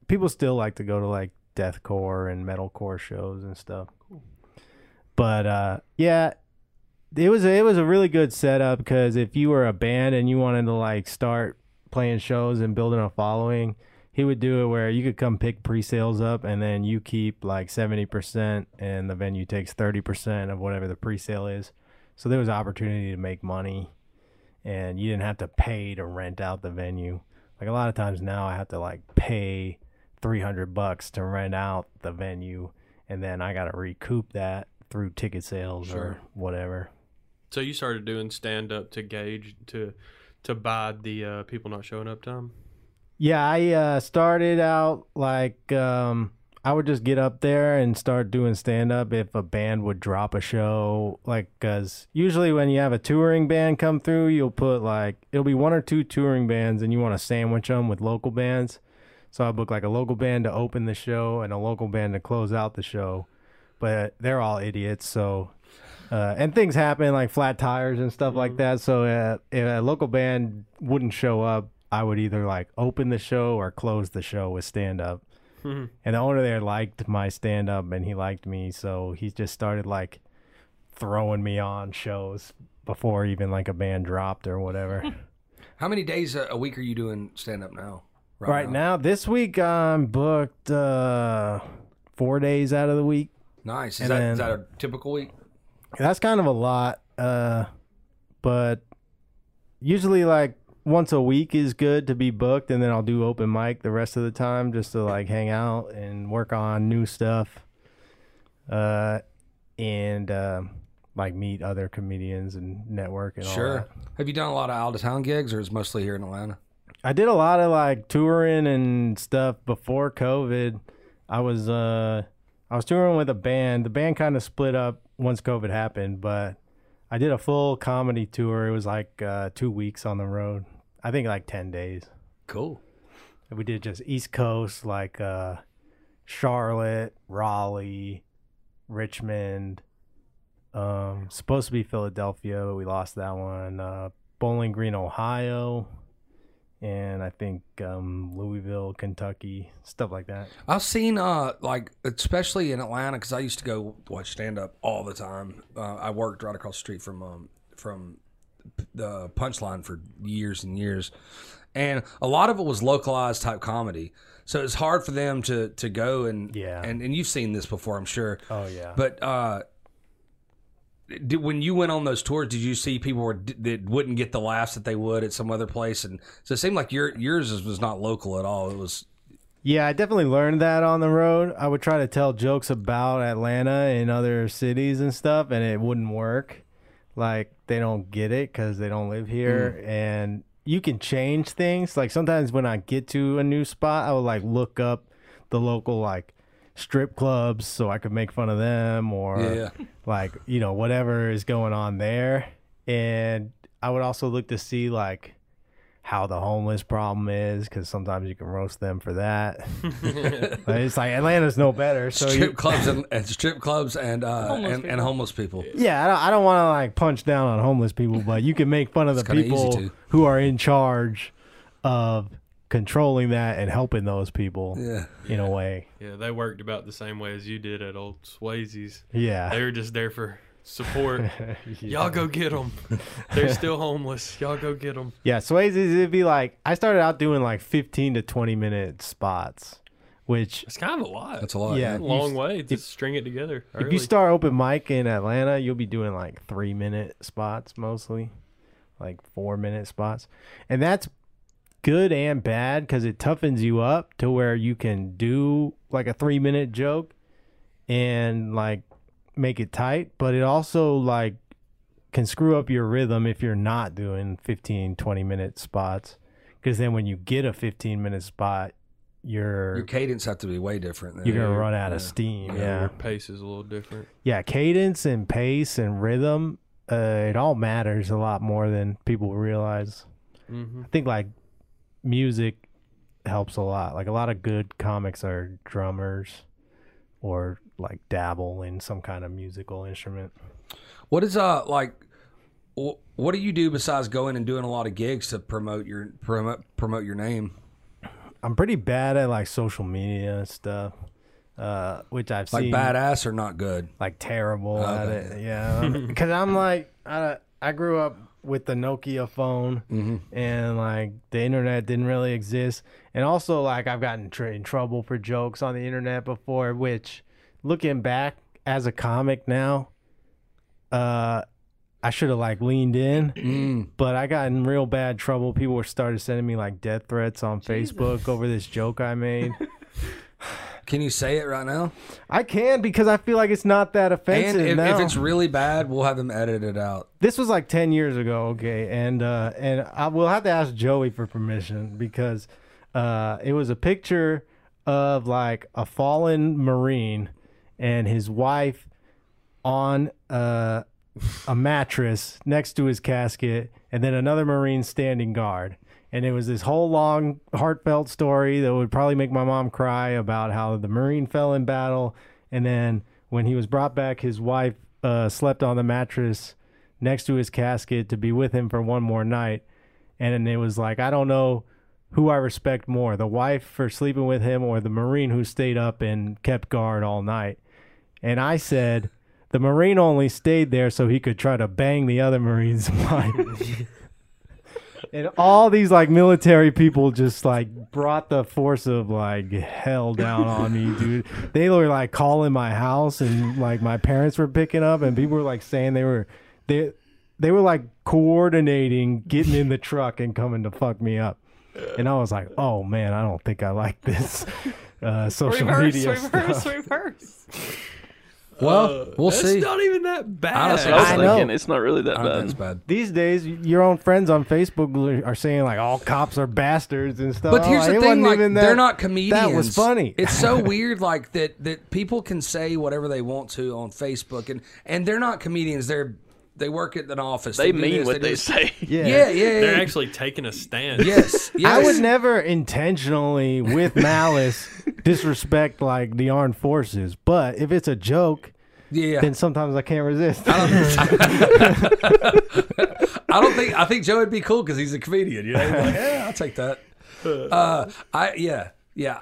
Speaker 1: People still like to go to like deathcore and metalcore shows and stuff. But uh, yeah, it was it was a really good setup because if you were a band and you wanted to like start playing shows and building a following, he would do it where you could come pick pre-sales up and then you keep like 70% and the venue takes 30% of whatever the pre-sale is so there was opportunity to make money and you didn't have to pay to rent out the venue like a lot of times now i have to like pay 300 bucks to rent out the venue and then i gotta recoup that through ticket sales
Speaker 2: Sure.
Speaker 1: or whatever
Speaker 4: so you started doing stand up to gauge to to buy the uh, people not showing up time.
Speaker 1: Yeah, I uh, started out like um, I would just get up there and start doing stand up if a band would drop a show. Like, because usually when you have a touring band come through, you'll put like, it'll be one or two touring bands and you want to sandwich them with local bands. So I book like a local band to open the show and a local band to close out the show. But they're all idiots. So uh, and things happen like flat tires and stuff like that. So uh, if a local band wouldn't show up, I would either like open the show or close the show with stand up. And the owner there liked my stand up and he liked me, so he just started like throwing me on shows before even like a band dropped or whatever.
Speaker 2: How many days a, a week are you doing stand up now?
Speaker 1: right now, this week I'm booked uh, four days out of the week.
Speaker 2: Nice. Is
Speaker 1: And
Speaker 2: that, is
Speaker 1: then-
Speaker 2: that a typical week?
Speaker 1: That's kind of a lot, uh, but usually like once a week is good to be booked, and then I'll do open mic the rest of the time just to like hang out and work on new stuff, uh, and um like meet other comedians and network and all that.
Speaker 2: Sure. Have you done a lot of out of town gigs or is it mostly here in Atlanta?
Speaker 1: I did a lot of like touring and stuff before COVID. I was uh I was touring with a band. The band kind of split up once COVID happened, but I did a full comedy tour. It was like uh 2 weeks on the road. I think like 10 days.
Speaker 2: Cool.
Speaker 1: We did just East Coast like uh Charlotte, Raleigh, Richmond, um supposed to be Philadelphia, but we lost that one. Uh Bowling Green, Ohio, and I think um Louisville, Kentucky, stuff like that.
Speaker 2: I've seen, uh, like, especially in Atlanta, because I used to go watch stand up all the time. Uh, I worked right across the street from um, from p- the Punchline for years and years, and a lot of it was localized type comedy. So it's hard for them to to go and
Speaker 1: Yeah.
Speaker 2: and and you've seen this before, I'm sure.
Speaker 1: Oh yeah.
Speaker 2: But uh, did, when you went on those tours, did you see people were, that wouldn't get the laughs that they would at some other place? And so it seemed like your yours is- was not local at all. It was
Speaker 1: Yeah, I definitely learned that on the road. I would try to tell jokes about Atlanta and other cities and stuff, and it wouldn't work. Like they don't get it because they don't live here,
Speaker 2: Mm.
Speaker 1: and you can change things. Like sometimes when I get to a new spot, I would like look up the local like strip clubs so I could make fun of them, or
Speaker 2: yeah.
Speaker 1: like you know whatever is going on there and i would also look to see like how the homeless problem is because sometimes you can roast them for that But it's like atlanta's no better so
Speaker 2: strip
Speaker 1: you,
Speaker 2: clubs and, and strip clubs and uh,
Speaker 5: Homeless
Speaker 2: and, and
Speaker 5: people.
Speaker 2: homeless people.
Speaker 1: yeah i don't, I don't want to like punch down on homeless people but you can make fun of the
Speaker 2: kinda easy
Speaker 1: people
Speaker 2: to.
Speaker 1: who are in charge of controlling that and helping those people
Speaker 2: Yeah.
Speaker 1: in a way
Speaker 4: Yeah, they worked about the same way as you did at old Swayze's. They
Speaker 1: yeah
Speaker 4: were just there for support. Y'all go get them. They're still homeless. Y'all go get them.
Speaker 1: Yeah, Swayze's it'd be like I started out doing like fifteen to twenty minute spots, which
Speaker 4: It's kind of a lot.
Speaker 2: That's a lot.
Speaker 1: Yeah.
Speaker 2: Yeah.
Speaker 4: a long
Speaker 1: If-
Speaker 4: way to string it together.
Speaker 1: If you start open mic in Atlanta, you'll be doing like three minute spots mostly, like four minute spots. And that's good and bad because it toughens you up to where you can do like a three minute joke and like make it tight. But it also like can screw up your rhythm if you're not doing 15, 20 minute spots. Because then when you get a 15 minute spot,
Speaker 2: Your
Speaker 1: you're.
Speaker 2: cadence have to be way different.
Speaker 1: You're gonna
Speaker 4: Yeah.
Speaker 1: run out of steam.
Speaker 4: yeah,
Speaker 1: yeah
Speaker 4: your pace is a little different.
Speaker 1: yeah, cadence and pace and rhythm, uh, it all matters a lot more than people realize.
Speaker 4: hmm
Speaker 1: I think like music helps a lot. Like a lot of good comics are drummers or like dabble in some kind of musical instrument.
Speaker 2: What is uh like? wh- What do you do besides going and doing a lot of gigs to promote your promote promote your name?
Speaker 1: I'm pretty bad at like social media and stuff, uh, which I've
Speaker 2: Like
Speaker 1: seen
Speaker 2: badass or not good?
Speaker 1: like terrible at
Speaker 2: Oh, Okay.
Speaker 1: it. Yeah, because I'm like I I grew up with the Nokia phone,
Speaker 2: Mm-hmm.
Speaker 1: and like the internet didn't really exist, and also like I've gotten tr- in trouble for jokes on the internet before, which looking back as a comic now, uh. I should have like leaned in,
Speaker 2: Mm.
Speaker 1: but I got in real bad trouble. People were started sending me like death threats on Facebook over this joke I made.
Speaker 2: Can you say it right now?
Speaker 1: I can because I feel like it's not that offensive.
Speaker 2: and if,
Speaker 1: now.
Speaker 2: if it's really bad, we'll have them edit it out.
Speaker 1: this was like 10 years ago okay and uh and i will have to ask joey for permission because Uh, it was a picture of like a fallen Marine and his wife on uh, a mattress next to his casket, and then another Marine standing guard. And it was this whole long, heartfelt story that would probably make my mom cry about how the Marine fell in battle. And then when he was brought back, his wife uh, slept on the mattress next to his casket to be with him for one more night. And it was like, I don't know who I respect more the wife for sleeping with him or the Marine who stayed up and kept guard all night. And I said, the Marine only stayed there so he could try to bang the other Marines. wife." and all these like military people just like brought the force of like hell down on me, dude. They were like calling my house and like my parents were picking up and people were like saying they were they they were like coordinating getting in the truck and coming to fuck me up. And I was like, oh man, I don't think I like this uh, social
Speaker 5: Reverse,
Speaker 1: media
Speaker 5: reverse,
Speaker 1: stuff.
Speaker 5: reverse.
Speaker 2: Well, we'll
Speaker 4: That's
Speaker 2: see.
Speaker 4: not even that bad.
Speaker 2: Honestly,
Speaker 6: So I was
Speaker 1: I know.
Speaker 6: thinking it's not really that
Speaker 2: I don't think it's
Speaker 6: bad.
Speaker 2: bad.
Speaker 1: these days, your own friends on Facebook are saying like all cops are bastards and stuff.
Speaker 2: But here's
Speaker 1: Like,
Speaker 2: the
Speaker 1: it
Speaker 2: thing:
Speaker 1: wasn't
Speaker 2: like
Speaker 1: even
Speaker 2: they're
Speaker 1: that-
Speaker 2: not comedians.
Speaker 1: That was funny.
Speaker 2: It's so weird, like that that people can say whatever they want to on Facebook, and and they're not comedians. They're they work at an office.
Speaker 6: They
Speaker 2: do
Speaker 6: mean
Speaker 2: this,
Speaker 6: what
Speaker 2: do
Speaker 6: they
Speaker 2: this.
Speaker 6: say.
Speaker 2: Yeah, yeah, yeah.
Speaker 4: They're actually taking a stance.
Speaker 2: yes, yes.
Speaker 1: I would never intentionally, with malice, disrespect like the armed forces. But if it's a joke,
Speaker 2: Yeah,
Speaker 1: then sometimes I can't resist.
Speaker 2: I don't think I think Joe would be cool because he's a comedian. You know, He'd be like, yeah, I'll take that. Uh, I yeah yeah.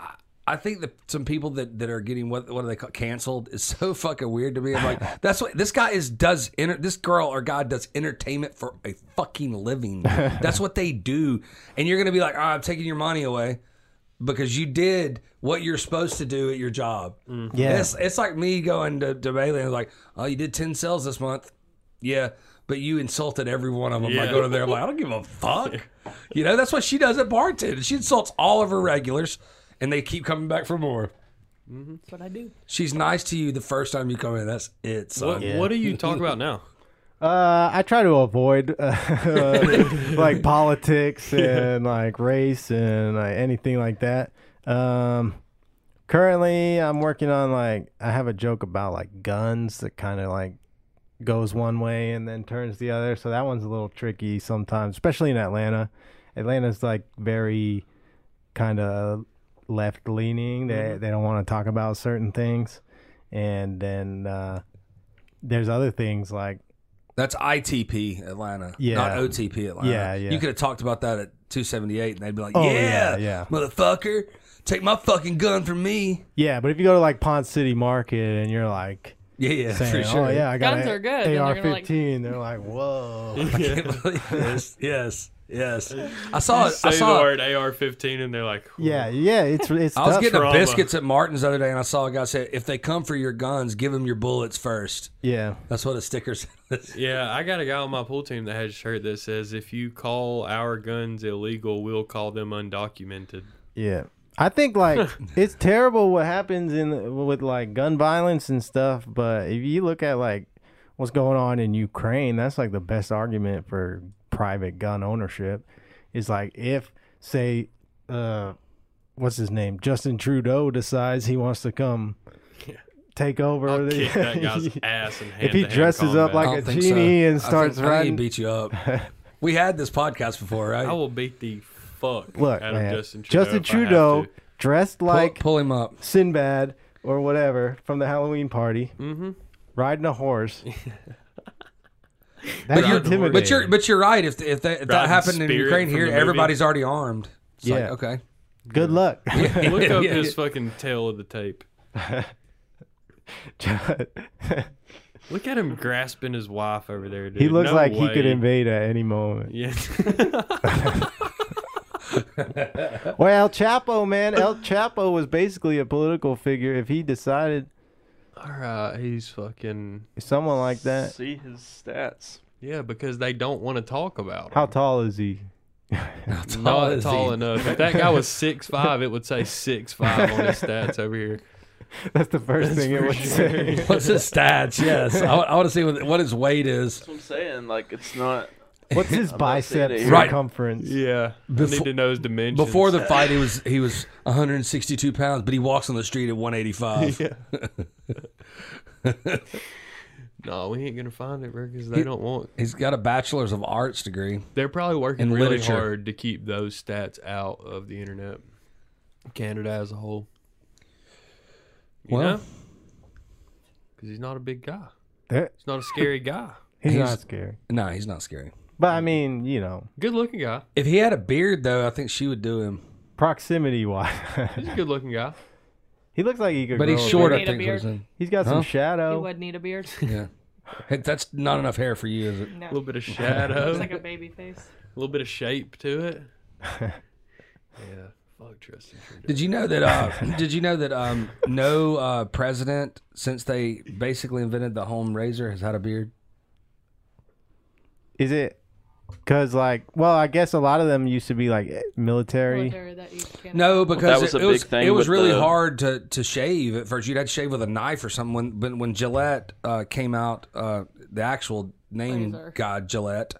Speaker 2: I think that some people that, that are getting what what are they called canceled is so fucking weird to me. I'm like, that's what this guy is does. Enter, this girl or guy does entertainment for a fucking living. That's what they do. And you're gonna be like, oh, I'm taking your money away because you did what you're supposed to do at your job.
Speaker 5: Mm-hmm.
Speaker 1: Yeah.
Speaker 2: It's, it's like me going to, to Bailey and like, oh, you did 10 sales this month. Yeah. But you insulted every one of them. I
Speaker 4: Yeah.
Speaker 2: go to there, I'm like, I don't give a fuck. you know, that's what she does at bartend. She insults all of her regulars and they keep coming back for more.
Speaker 5: Mm-hmm. That's what I do.
Speaker 2: She's nice to you the first time you come in. That's it.
Speaker 4: What,
Speaker 2: Son.
Speaker 4: what do you talk about now?
Speaker 1: Uh, I try to avoid uh, like politics and like race and like anything like that. Um, currently, I'm working on like I have a joke about like guns that kind of like goes one way and then turns the other. So that one's a little tricky sometimes, especially in Atlanta. Atlanta's like very kind of left leaning. They they don't want to talk about certain things, and then uh, there's other things like
Speaker 2: That's ITP Atlanta,
Speaker 1: Yeah.
Speaker 2: not OTP Atlanta.
Speaker 1: Yeah, yeah.
Speaker 2: You could have talked about that at 278 and they'd be like,
Speaker 1: Oh,
Speaker 2: yeah,
Speaker 1: yeah, yeah.
Speaker 2: motherfucker, take my fucking gun from me.
Speaker 1: Yeah, but if you go to like Pond City Market and you're like
Speaker 2: Yeah, yeah,
Speaker 1: saying,
Speaker 2: for sure.
Speaker 1: "Oh yeah, I got
Speaker 5: Guns
Speaker 1: a
Speaker 5: are good," then they're gonna, like-
Speaker 1: AR-15," they're like, "Whoa!"
Speaker 2: can't believe this. Yes, yes. I saw it.
Speaker 4: Say
Speaker 2: I
Speaker 4: the
Speaker 2: saw it.
Speaker 4: word AR-15, and they're like,
Speaker 1: yeah, yeah, it's it's.
Speaker 2: I was
Speaker 1: tough.
Speaker 2: getting a
Speaker 4: Trauma.
Speaker 2: biscuits at Martin's the other day, and I saw a guy say, "If they come for your guns, give them your bullets first.
Speaker 1: yeah,
Speaker 2: That's what a sticker says.
Speaker 4: Yeah, I got a guy on my pool team that has a shirt that says, "If you call our guns illegal, we'll call them undocumented."
Speaker 1: yeah. I think like it's terrible what happens in with like gun violence and stuff. But if you look at like what's going on in Ukraine, that's like the best argument for private gun ownership. Is like if say, uh, what's his name, Justin Trudeau decides he wants to come. Take over.
Speaker 4: I'll
Speaker 1: the-
Speaker 4: kick that guy's ass and hand
Speaker 1: if he dresses up like a
Speaker 2: I don't think so.
Speaker 1: genie
Speaker 2: I
Speaker 1: and starts
Speaker 2: think, I think he
Speaker 1: riding,
Speaker 2: beat you up. We had this podcast before, right?
Speaker 4: I will beat the fuck
Speaker 1: look,
Speaker 4: out
Speaker 1: man,
Speaker 4: of Justin Trudeau. if I have to.
Speaker 1: dressed like
Speaker 2: pull, pull him up.
Speaker 1: Sinbad or whatever from the Halloween party,
Speaker 4: Mm-hmm.
Speaker 1: riding a horse. That's
Speaker 2: But you're,
Speaker 1: intimidating.
Speaker 2: but you're but you're right. If if that, if that
Speaker 4: Riding
Speaker 2: happened in
Speaker 4: Spirit
Speaker 2: Ukraine
Speaker 4: from
Speaker 2: here,
Speaker 4: the movie.
Speaker 2: everybody's already armed. It's like,
Speaker 1: Yeah.
Speaker 2: okay.
Speaker 1: good luck.
Speaker 4: Look up
Speaker 2: Yeah.
Speaker 4: his fucking tail of the tape. Look at him grasping his wife over there, dude.
Speaker 1: he looks
Speaker 4: No
Speaker 1: like he
Speaker 4: way.
Speaker 1: could invade at any moment.
Speaker 4: Yeah.
Speaker 1: Or El Chapo, man. El Chapo was basically a political figure. If he decided
Speaker 4: All right, he's fucking.
Speaker 1: someone like that,
Speaker 6: See his stats.
Speaker 4: Yeah, because they don't want to talk about him.
Speaker 1: how tall is he?
Speaker 2: tall
Speaker 4: Not
Speaker 2: is
Speaker 4: tall
Speaker 2: he?
Speaker 4: enough. If that guy was six five, it would say six five on his stats over here.
Speaker 1: That's the first thing it would say.
Speaker 2: What's his stats? Yes, I, want to see what, what his weight is.
Speaker 6: That's what I'm saying. Like it's not.
Speaker 1: What's his bicep
Speaker 6: here.
Speaker 2: Right.
Speaker 1: circumference?
Speaker 4: Yeah, I
Speaker 2: Befo-
Speaker 4: need to know his dimensions.
Speaker 2: Before the fight, he was he was 162 pounds, but he walks on the street at 185.
Speaker 4: no, we ain't gonna find it, bro, because they don't want.
Speaker 2: He's got a bachelor's of arts degree.
Speaker 4: They're probably working
Speaker 2: And
Speaker 4: really
Speaker 2: literature.
Speaker 4: hard to keep those stats out of the internet. Canada as a whole. You
Speaker 2: Well-
Speaker 4: well, because he's not a big guy.
Speaker 1: That-
Speaker 4: He's not a scary guy.
Speaker 1: He's,
Speaker 2: He's-
Speaker 1: not scary.
Speaker 2: No, he's not scary.
Speaker 1: But I mean, you know,
Speaker 4: Good looking guy.
Speaker 2: If he had a beard, though, I think she would do him.
Speaker 1: proximity wise,
Speaker 4: He's a good looking guy.
Speaker 1: he looks like he could.
Speaker 2: But he's
Speaker 1: grow a
Speaker 2: short,
Speaker 1: beard.
Speaker 2: I
Speaker 5: Need
Speaker 2: think.
Speaker 5: a
Speaker 2: is what I'm
Speaker 1: He's got some
Speaker 2: Huh?
Speaker 4: Oh.
Speaker 5: You
Speaker 1: shadow.
Speaker 5: would need a beard.
Speaker 2: saying. Yeah. Hey, That's not enough hair for you, is it?
Speaker 5: No.
Speaker 4: A little bit of shadow.
Speaker 5: It's like a baby face.
Speaker 4: a little bit of shape to it. yeah. Fuck Tristan. Trudeau.
Speaker 2: Did you know that? Uh, did you know that um, no uh, president since they basically invented the home razor has had a beard?
Speaker 1: Is it? Because like, well, I guess a lot of them used to be like eh, military.
Speaker 5: Military that you can't-
Speaker 2: No, because
Speaker 6: that was
Speaker 2: it,
Speaker 6: a
Speaker 2: it was,
Speaker 6: big thing
Speaker 2: It was
Speaker 6: with
Speaker 2: really
Speaker 6: the-
Speaker 2: hard to, to shave at first. You'd had to shave with a knife or something. When but when Gillette uh, came out, uh, the actual name
Speaker 5: Razor.
Speaker 2: God Gillette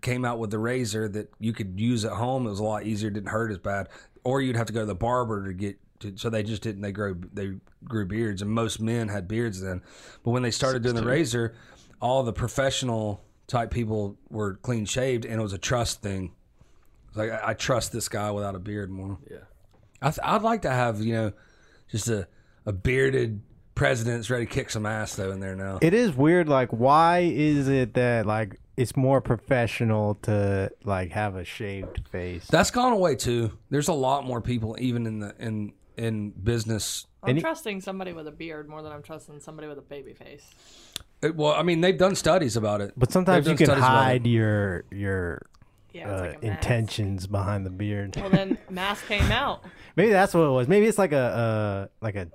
Speaker 2: came out with the razor that you could use at home. It was a lot easier. Didn't hurt as bad. Or you'd have to go to the barber to get. To, so they just didn't. They grow. They grew beards, and most men had beards then. But when they started doing the razor, all the professional type people were clean shaved, and it was a trust thing. It's like I, I trust this guy without a beard more.
Speaker 4: Yeah.
Speaker 2: I th- I'd like to have you know just a a bearded president's ready to kick some ass though in there now.
Speaker 1: It is weird. Like, why is it that like it's more professional to like have a shaved face?
Speaker 2: That's gone away too. There's a lot more people even in the in in business.
Speaker 5: I'm trusting somebody with a beard more than I'm trusting somebody with a baby face.
Speaker 2: It- well, I mean they've done studies about it.
Speaker 1: but sometimes you
Speaker 2: They've
Speaker 1: can
Speaker 2: done studies about
Speaker 1: hide your your
Speaker 5: Yeah, it's
Speaker 1: uh,
Speaker 5: like a mask.
Speaker 1: intentions behind the beard.
Speaker 5: Well, then mask came out.
Speaker 1: Maybe that's what it was. Maybe it's like a, a like a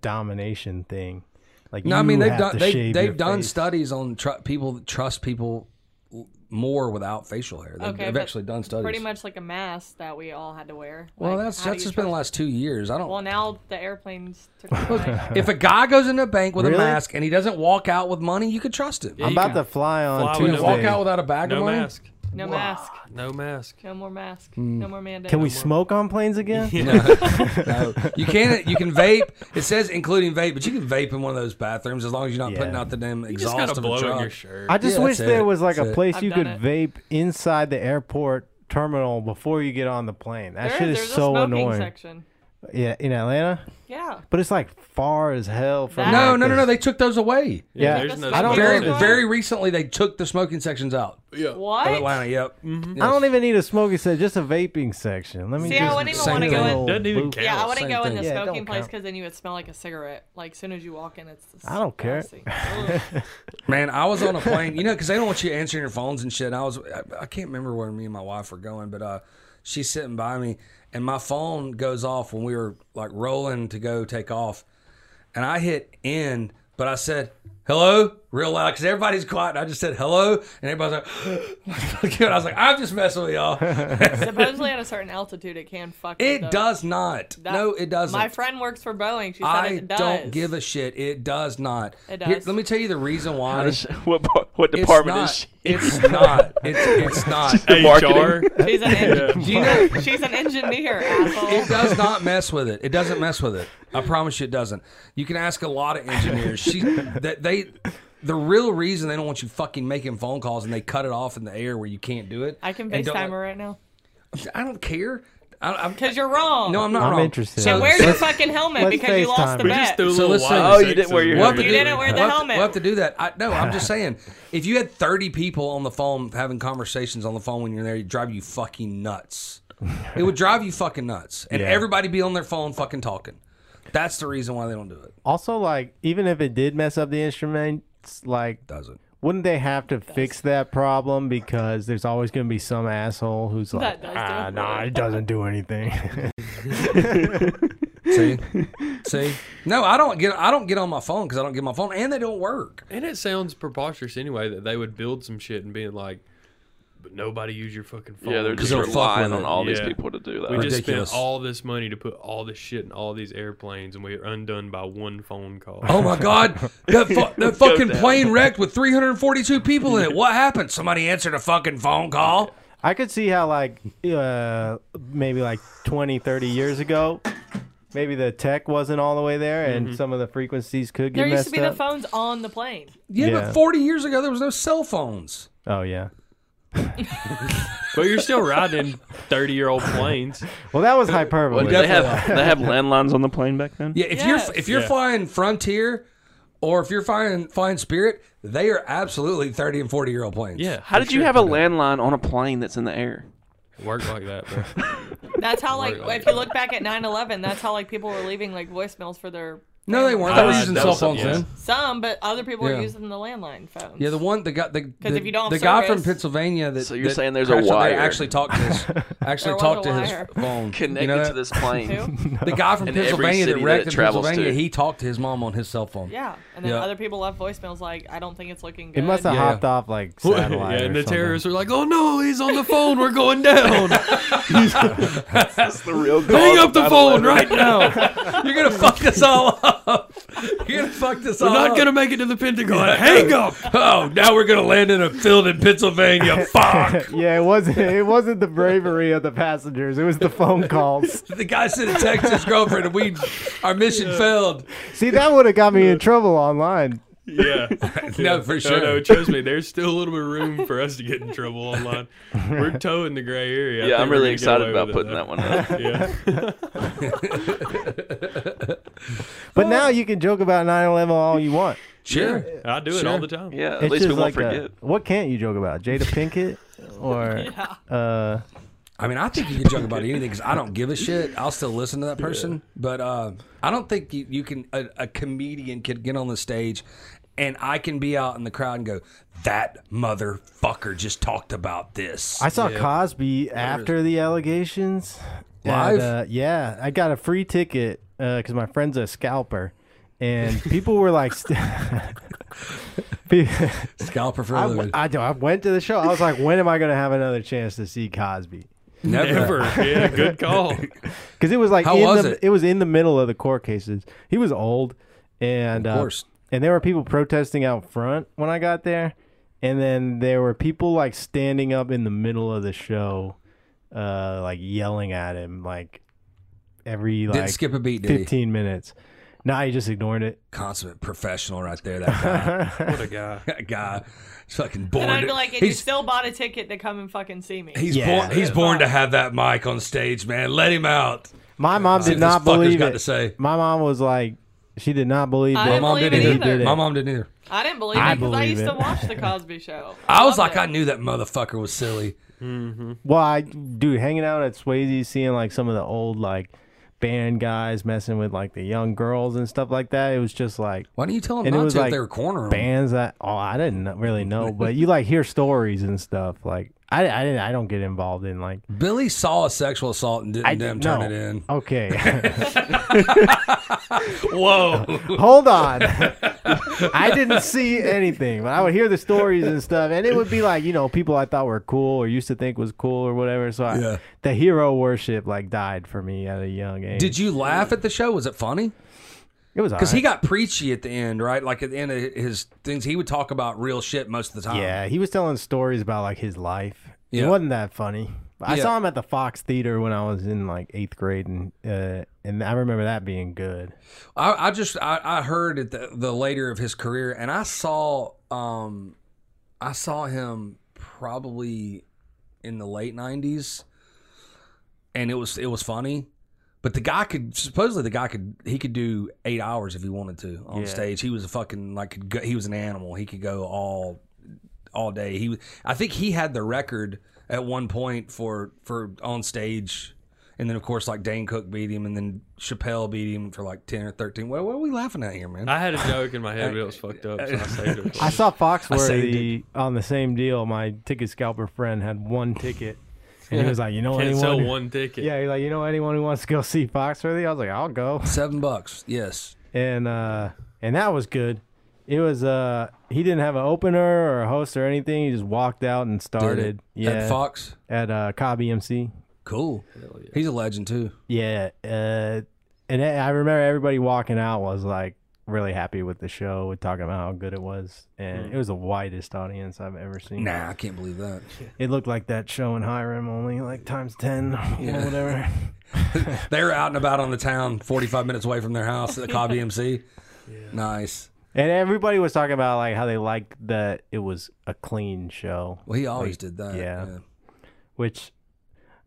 Speaker 1: domination thing. Like
Speaker 2: it. No, I
Speaker 1: you
Speaker 2: mean they've
Speaker 1: have
Speaker 2: done
Speaker 1: to
Speaker 2: they,
Speaker 1: shave
Speaker 2: they've
Speaker 1: your
Speaker 2: done
Speaker 1: face.
Speaker 2: studies on tr- people that trust people w- more without facial hair. They've,
Speaker 5: Okay,
Speaker 2: they've
Speaker 5: but
Speaker 2: actually done studies.
Speaker 5: Pretty much like a mask that we all had to wear.
Speaker 2: Well,
Speaker 5: Like,
Speaker 2: that's
Speaker 5: how do
Speaker 2: that's
Speaker 5: you
Speaker 2: just been the
Speaker 5: trust-
Speaker 2: last two years. I don't.
Speaker 5: Well, now the airplanes took away.
Speaker 2: if a guy goes into a bank with
Speaker 1: Really?
Speaker 2: a mask and he doesn't walk out with money, you could trust him.
Speaker 4: Yeah,
Speaker 1: I'm
Speaker 4: you
Speaker 1: about to
Speaker 4: can
Speaker 1: fly on
Speaker 4: fly with
Speaker 1: Tuesday.
Speaker 4: no
Speaker 2: Walk out Oh, without a bag of
Speaker 4: No
Speaker 2: money.
Speaker 4: mask.
Speaker 5: No mask.
Speaker 4: No mask.
Speaker 5: No more mask. No more mandate.
Speaker 1: Hmm. Can we smoke on planes again?
Speaker 2: No, you can't. You can vape. It says including vape, but you can vape in one of those bathrooms as long as you're not
Speaker 1: Yeah.
Speaker 2: putting out the damn
Speaker 4: You just gotta
Speaker 2: exhaust of
Speaker 4: blow
Speaker 2: a
Speaker 4: in
Speaker 2: truck.
Speaker 4: your shirt.
Speaker 1: I just
Speaker 2: Yeah,
Speaker 1: wish
Speaker 2: that's
Speaker 1: there
Speaker 2: it.
Speaker 1: was like
Speaker 2: That's
Speaker 1: a
Speaker 2: it.
Speaker 1: place
Speaker 5: I've
Speaker 1: you
Speaker 5: done
Speaker 1: could
Speaker 5: it.
Speaker 1: vape inside the airport terminal before you get on the plane. That
Speaker 5: There
Speaker 1: shit is
Speaker 5: there's a
Speaker 1: so
Speaker 5: smoking
Speaker 1: annoying.
Speaker 5: section.
Speaker 1: Yeah, in Atlanta,
Speaker 5: Yeah.
Speaker 1: but it's like far as hell from.
Speaker 5: That-
Speaker 2: No,
Speaker 1: like,
Speaker 2: no, no,
Speaker 1: this-
Speaker 2: no. They took those away.
Speaker 1: Yeah,
Speaker 4: there's no
Speaker 5: I
Speaker 1: don't
Speaker 2: Very,
Speaker 1: know.
Speaker 2: very recently, they took the smoking sections out
Speaker 5: What?
Speaker 2: of Atlanta. Yep.
Speaker 4: Mm-hmm.
Speaker 1: I don't even need a smoking section, just a vaping section. Let me.
Speaker 5: See, I
Speaker 1: just
Speaker 5: wouldn't even
Speaker 1: smoke
Speaker 5: wanna
Speaker 1: a
Speaker 5: go in.
Speaker 1: little
Speaker 4: Doesn't even
Speaker 1: boop.
Speaker 4: count.
Speaker 5: Yeah, I wouldn't
Speaker 2: same
Speaker 5: go in the
Speaker 2: thing.
Speaker 1: Yeah, it don't
Speaker 5: smoking place
Speaker 1: count.
Speaker 5: because then you would smell like a cigarette. Like as soon as you walk in, it's.
Speaker 1: I don't care.
Speaker 5: disgusting. Ugh.
Speaker 2: Man, I was on a plane, you know, because they don't want you answering your phones and shit. And I was, I, I can't remember where me and my wife were going, but uh, she's sitting by me, and my phone goes off when we were like rolling to go take off, and I hit end, but I said hello real loud because everybody's quiet. And I just said hello, and everybody's like, and I was like, I'm just messing with y'all.
Speaker 5: Supposedly at a certain altitude, it can fuck. with
Speaker 2: It
Speaker 5: those.
Speaker 2: does not.
Speaker 5: That-
Speaker 2: no, it doesn't.
Speaker 5: My friend works for Boeing. She said
Speaker 2: I
Speaker 5: it does.
Speaker 2: don't give a shit. It does not.
Speaker 5: It does.
Speaker 2: let me tell you the reason why.
Speaker 6: How does- what par- what department
Speaker 2: it's not.
Speaker 6: is she?
Speaker 2: It's not. It's, it's not.
Speaker 6: The marketing.
Speaker 4: HR.
Speaker 5: She's an, en-
Speaker 2: Do you know?
Speaker 5: she's an engineer,
Speaker 2: It
Speaker 5: asshole.
Speaker 2: does not mess with it. It doesn't mess with it. I promise you, it doesn't. You can ask a lot of engineers. She, that they, the real reason they don't want you fucking making phone calls and they cut it off in the air where you can't do it.
Speaker 5: I can
Speaker 2: and don't
Speaker 5: FaceTime her
Speaker 2: like-
Speaker 5: right now.
Speaker 2: I don't care. I, I'm,
Speaker 5: Because you're wrong.
Speaker 2: no, I'm not.
Speaker 1: I'm
Speaker 2: wrong.
Speaker 1: interested.
Speaker 5: And
Speaker 2: So
Speaker 5: where's your fucking helmet?
Speaker 1: let's
Speaker 5: Because
Speaker 1: FaceTime.
Speaker 5: you lost the
Speaker 1: We
Speaker 4: We just
Speaker 5: bet.
Speaker 4: threw a
Speaker 2: So
Speaker 4: little
Speaker 2: listen-
Speaker 4: wine
Speaker 2: Oh,
Speaker 6: you
Speaker 4: sex
Speaker 6: didn't wear
Speaker 4: in
Speaker 6: your
Speaker 4: the
Speaker 2: We'll have
Speaker 6: helmet.
Speaker 2: to
Speaker 5: You
Speaker 2: do-
Speaker 5: didn't wear the
Speaker 2: we'll have to-
Speaker 5: helmet.
Speaker 2: We'll have to do that. I, no, I'm just saying. If you had 30 people on the phone having conversations on the phone when you're there, it'd drive you fucking nuts. It would drive you fucking nuts, and
Speaker 1: Yeah.
Speaker 2: everybody be on their phone fucking talking. That's the reason why they don't do it.
Speaker 1: Also, like, even if it did mess up the instruments, like,
Speaker 2: Doesn't.
Speaker 1: wouldn't they have to fix that problem because there's always going to be some asshole who's like,
Speaker 5: does do
Speaker 1: ah,
Speaker 5: it."
Speaker 1: nah, it doesn't do anything.
Speaker 2: See, see. No, I don't get. I don't get on my phone because I don't get my phone, and they don't work.
Speaker 4: And it sounds preposterous anyway that they would build some shit and being like, but nobody use your fucking phone.
Speaker 6: Yeah, they're
Speaker 4: We
Speaker 6: just
Speaker 2: they'll fuck
Speaker 6: relying
Speaker 2: with
Speaker 6: on
Speaker 2: it.
Speaker 6: all these
Speaker 4: Oh, Yeah.
Speaker 6: people to do that.
Speaker 4: we just spent
Speaker 2: Ridiculous.
Speaker 4: all this money to put all this shit in all these airplanes, and we are undone by one phone call.
Speaker 2: Oh my God! That, fu- that
Speaker 6: go
Speaker 2: fucking
Speaker 6: down.
Speaker 2: plane wrecked with 342 people in it. What happened? Somebody answered a fucking phone call.
Speaker 1: I could see how like uh, maybe like 20, 30 years ago, maybe the tech wasn't all the way there, and some of the frequencies could get
Speaker 5: There used
Speaker 1: messed
Speaker 5: to be
Speaker 1: up.
Speaker 5: the phones on the plane.
Speaker 2: Yeah,
Speaker 1: Yeah.
Speaker 2: but 40 years ago there was no cell phones.
Speaker 1: oh yeah.
Speaker 4: But you're still riding thirty-year-old planes.
Speaker 1: Well, that was hyperbole.
Speaker 2: Well,
Speaker 6: They
Speaker 2: definitely-
Speaker 6: have they have landlines on the plane back then.
Speaker 2: Yeah, if
Speaker 5: Yes.
Speaker 2: you're if you're
Speaker 4: Yeah.
Speaker 2: flying Frontier, or if you're flying flying Spirit, they are absolutely 30 and 40 year old planes.
Speaker 4: Yeah,
Speaker 6: How did you have a landline on a plane that's in the air?
Speaker 4: work like that, bro.
Speaker 5: That's how like
Speaker 4: Right.
Speaker 5: if you look back at 9/11, that's how like people were leaving like voicemails for their
Speaker 2: No, they
Speaker 4: Uh,
Speaker 2: weren't. They were using
Speaker 6: that
Speaker 2: cell
Speaker 6: was
Speaker 2: phones
Speaker 4: something
Speaker 2: then.
Speaker 5: some, but other people
Speaker 2: Yeah.
Speaker 5: were using the landline phones.
Speaker 2: Yeah, the one the guy the, the,
Speaker 5: if you don't have
Speaker 2: the guy from
Speaker 5: service-
Speaker 2: Pennsylvania that
Speaker 6: So you're
Speaker 2: that
Speaker 6: saying there's a
Speaker 2: crashed out there
Speaker 6: wire.
Speaker 2: actually talked to his
Speaker 5: There
Speaker 2: actually
Speaker 5: was
Speaker 2: talked
Speaker 5: a
Speaker 2: to his
Speaker 5: wire.
Speaker 2: phone
Speaker 6: Connected
Speaker 2: You know
Speaker 6: to
Speaker 2: that?
Speaker 6: this plane.
Speaker 5: Too?
Speaker 2: The guy from
Speaker 6: in every
Speaker 2: Pennsylvania that
Speaker 6: city that
Speaker 2: wrecked
Speaker 6: it
Speaker 2: in
Speaker 6: travels
Speaker 2: Pennsylvania,
Speaker 6: to.
Speaker 2: he talked to his mom on his cell phone.
Speaker 5: Yeah, and then
Speaker 2: Yeah.
Speaker 5: other people left voicemails like, "I don't think it's looking
Speaker 1: it
Speaker 5: good."
Speaker 1: must have
Speaker 2: Yeah.
Speaker 1: hopped off like satellite.
Speaker 4: yeah,
Speaker 1: or
Speaker 4: and the
Speaker 1: something.
Speaker 4: terrorists were like, "Oh no, he's on the phone. We're going down.
Speaker 6: That's the real.
Speaker 4: Hang up the phone right now.
Speaker 2: You're gonna fuck us all up. You're gonna fuck this
Speaker 4: We're
Speaker 2: all
Speaker 4: not
Speaker 2: up.
Speaker 4: gonna make it to the Pentagon. Hang up."
Speaker 2: Uh, Oh, now we're gonna land in a field in Pennsylvania. Fuck.
Speaker 1: Yeah, it wasn't. It wasn't the bravery of the passengers. It was the phone calls.
Speaker 2: the guy sent a text to his girlfriend, and we our mission failed.
Speaker 1: See, that would have got me in trouble online.
Speaker 4: Yeah.
Speaker 2: No, for sure.
Speaker 4: No, trust me, there's still a little bit of room for us to get in trouble online. We're toeing the gray area. I
Speaker 6: Yeah,
Speaker 4: think
Speaker 6: I'm
Speaker 4: we're
Speaker 6: really
Speaker 4: gonna get
Speaker 6: excited
Speaker 4: away
Speaker 6: about
Speaker 4: with it,
Speaker 6: putting that one up.
Speaker 4: though. Yeah.
Speaker 1: But now you can joke about 9/11 all you want.
Speaker 2: Sure.
Speaker 4: I do it
Speaker 2: Sure.
Speaker 4: all the time.
Speaker 6: Yeah, at
Speaker 1: It's
Speaker 6: least we
Speaker 1: just
Speaker 6: won't
Speaker 1: like a-
Speaker 6: forget.
Speaker 1: what can't you joke about? Jada Pinkett or uh,
Speaker 2: I mean, I think you can joke about anything because I don't give a shit. I'll still listen to that person, but uh, I don't think you, you can. A, a comedian can get on the stage, and I can be out in the crowd and go, "That motherfucker just talked about this."
Speaker 1: I saw Cosby after the allegations. And,
Speaker 2: Live?
Speaker 1: uh, yeah, I got a free ticket because my friend's a scalper, and people were like, st- Pe-
Speaker 2: Scalper for a
Speaker 1: I,
Speaker 2: living.
Speaker 1: I, I went to the show. I was like, when am I going to have another chance to see Cosby?
Speaker 2: never.
Speaker 4: Ever. Yeah, good call.
Speaker 1: Because it was like
Speaker 2: How
Speaker 1: in
Speaker 2: was
Speaker 1: the,
Speaker 2: it?
Speaker 1: was in the middle of the court cases. He was old, and
Speaker 2: Of course.
Speaker 1: uh, and there were people protesting out front when I got there, and then there were people like standing up in the middle of the show, uh, like yelling at him like every
Speaker 2: Didn't
Speaker 1: like
Speaker 2: skip a beat, did he?
Speaker 1: fifteen minutes. Nah, he just ignored it.
Speaker 2: Consummate professional, right there. That guy.
Speaker 4: What a guy.
Speaker 2: that guy. He's fucking born.
Speaker 5: And I'd
Speaker 2: to-
Speaker 5: be like, and you
Speaker 2: he's
Speaker 5: still bought a ticket to come and fucking see me.
Speaker 2: he's
Speaker 1: Yeah.
Speaker 2: born. He's born to have that mic on stage, man. Let him out.
Speaker 1: My mom
Speaker 2: See
Speaker 1: did
Speaker 2: what this
Speaker 1: not
Speaker 2: fucker's
Speaker 1: believe
Speaker 2: got
Speaker 1: it.
Speaker 2: to say.
Speaker 1: My mom was like, she did not believe
Speaker 5: I
Speaker 1: it.
Speaker 2: My
Speaker 5: didn't
Speaker 2: mom
Speaker 5: believe
Speaker 2: didn't
Speaker 5: it
Speaker 2: either.
Speaker 5: either.
Speaker 2: My mom didn't either.
Speaker 5: I didn't believe
Speaker 1: I
Speaker 5: it because I
Speaker 1: believe
Speaker 5: used to
Speaker 1: it.
Speaker 5: watch the Cosby Show.
Speaker 2: I was
Speaker 5: loved
Speaker 2: like,
Speaker 5: it.
Speaker 2: I knew that motherfucker was silly.
Speaker 1: Well, I dude, hanging out at Swayze, seeing like some of the old like band guys messing with like the young girls and stuff like that. It was just like
Speaker 2: Why don't you tell him
Speaker 1: And it
Speaker 2: not
Speaker 1: was
Speaker 2: to
Speaker 1: like
Speaker 2: if they were cornering him?
Speaker 1: bands that oh, I didn't kn- really know, but you like hear stories and stuff. Like I, I didn't, I don't get involved in like
Speaker 2: Billy saw a sexual assault and didn't
Speaker 1: I
Speaker 2: damn
Speaker 1: no.
Speaker 2: turn it in.
Speaker 1: Okay,
Speaker 2: Whoa.
Speaker 1: hold on. I didn't see anything, but I would hear the stories and stuff, and it would be like you know people I thought were cool or used to think was cool or whatever. So I,
Speaker 2: Yeah.
Speaker 1: the hero worship like died for me at a young age.
Speaker 2: Did you laugh at the show? Was it funny?
Speaker 1: it was
Speaker 2: Because
Speaker 1: alright.
Speaker 2: he got preachy at the end, right? Like at the end of his things, he would talk about real shit most of the time.
Speaker 1: Yeah, he was telling stories about like his life.
Speaker 2: Yeah.
Speaker 1: It wasn't that funny. I
Speaker 2: Yeah.
Speaker 1: saw him at the Fox Theater when I was in like eighth grade, and uh, and I remember that being good.
Speaker 2: I, I just I, I heard at the, the later of his career, and I saw um, I saw him probably in the late '90s, and it was it was funny. But the guy could supposedly the guy could he could do eight hours if he wanted to on
Speaker 1: Yeah.
Speaker 2: stage. He was a fucking like could go, he was an animal. He could go all all day. He was- I think he had the record at one point for for on stage. And then of course like Dane Cook beat him and then Chappelle beat him for like 10 or 13. What, what are we laughing at here, man?
Speaker 4: I had a joke in my head, but it was fucked up, so I saved it.
Speaker 1: I saw
Speaker 2: saved
Speaker 1: Foxworthy on the same deal. My ticket scalper friend had one ticket, and he was like, "You know
Speaker 4: Can't
Speaker 1: anyone?"
Speaker 4: sell
Speaker 1: who-
Speaker 4: one ticket.
Speaker 1: Yeah, he's like, "You know anyone who wants to go see Foxworthy?" I was like, "I'll go,"
Speaker 2: 7 bucks. Yes.
Speaker 1: and uh, and that was good. It was uh he didn't have an opener or a host or anything. He just walked out and started.
Speaker 2: Dude,
Speaker 1: yeah.
Speaker 2: Ed Fox.
Speaker 1: At uh Cobb EMC.
Speaker 2: Cool. He's a legend too.
Speaker 1: Yeah. Uh and I I remember everybody walking out was like really happy with the show, with talking about how good it was. And
Speaker 4: Hmm.
Speaker 1: it was the widest audience I've ever seen.
Speaker 2: Nah, I can't believe that.
Speaker 1: It looked like that show in Hiram only like times ten or whatever.
Speaker 2: they were out and about on the town, 45 minutes away from their house at the Cobb EMC. Nice.
Speaker 1: And everybody was talking about like how they liked that it was a clean show.
Speaker 2: Well, he always did that.
Speaker 1: yeah. which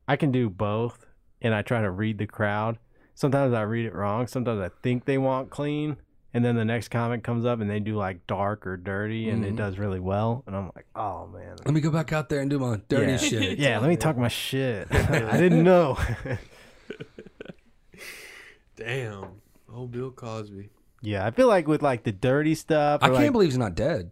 Speaker 1: I can do both, and I try to read the crowd. Sometimes I read it wrong. Sometimes I think they want clean, and then the next comic comes up and they do like dark or dirty, and it does really well. And I'm like, oh man,
Speaker 2: Mm-hmm. Let me go back out there and do my dirty
Speaker 1: Yeah.
Speaker 2: shit.
Speaker 1: yeah, let me talk my shit. I didn't know.
Speaker 4: Damn. Oh, Bill Cosby.
Speaker 1: yeah, I feel like with like the dirty stuff,
Speaker 2: I
Speaker 1: or,
Speaker 2: can't
Speaker 1: like-
Speaker 2: believe he's not dead.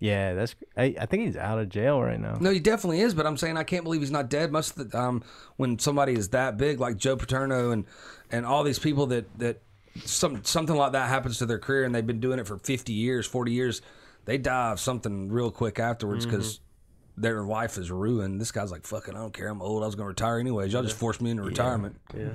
Speaker 1: Yeah, that's. I, I think he's out of jail right now.
Speaker 2: No, he definitely is, but I'm saying I can't believe he's not dead. Most of the um, when somebody is that big, like Joe Paterno and and all these people that that some something like that happens to their career and they've been doing it for 50 years, 40 years, they die of something real quick afterwards because their life is ruined. This guy's like, fucking, I don't care. I'm old. I was gonna retire anyways. Y'all just forced me into retirement. Yeah.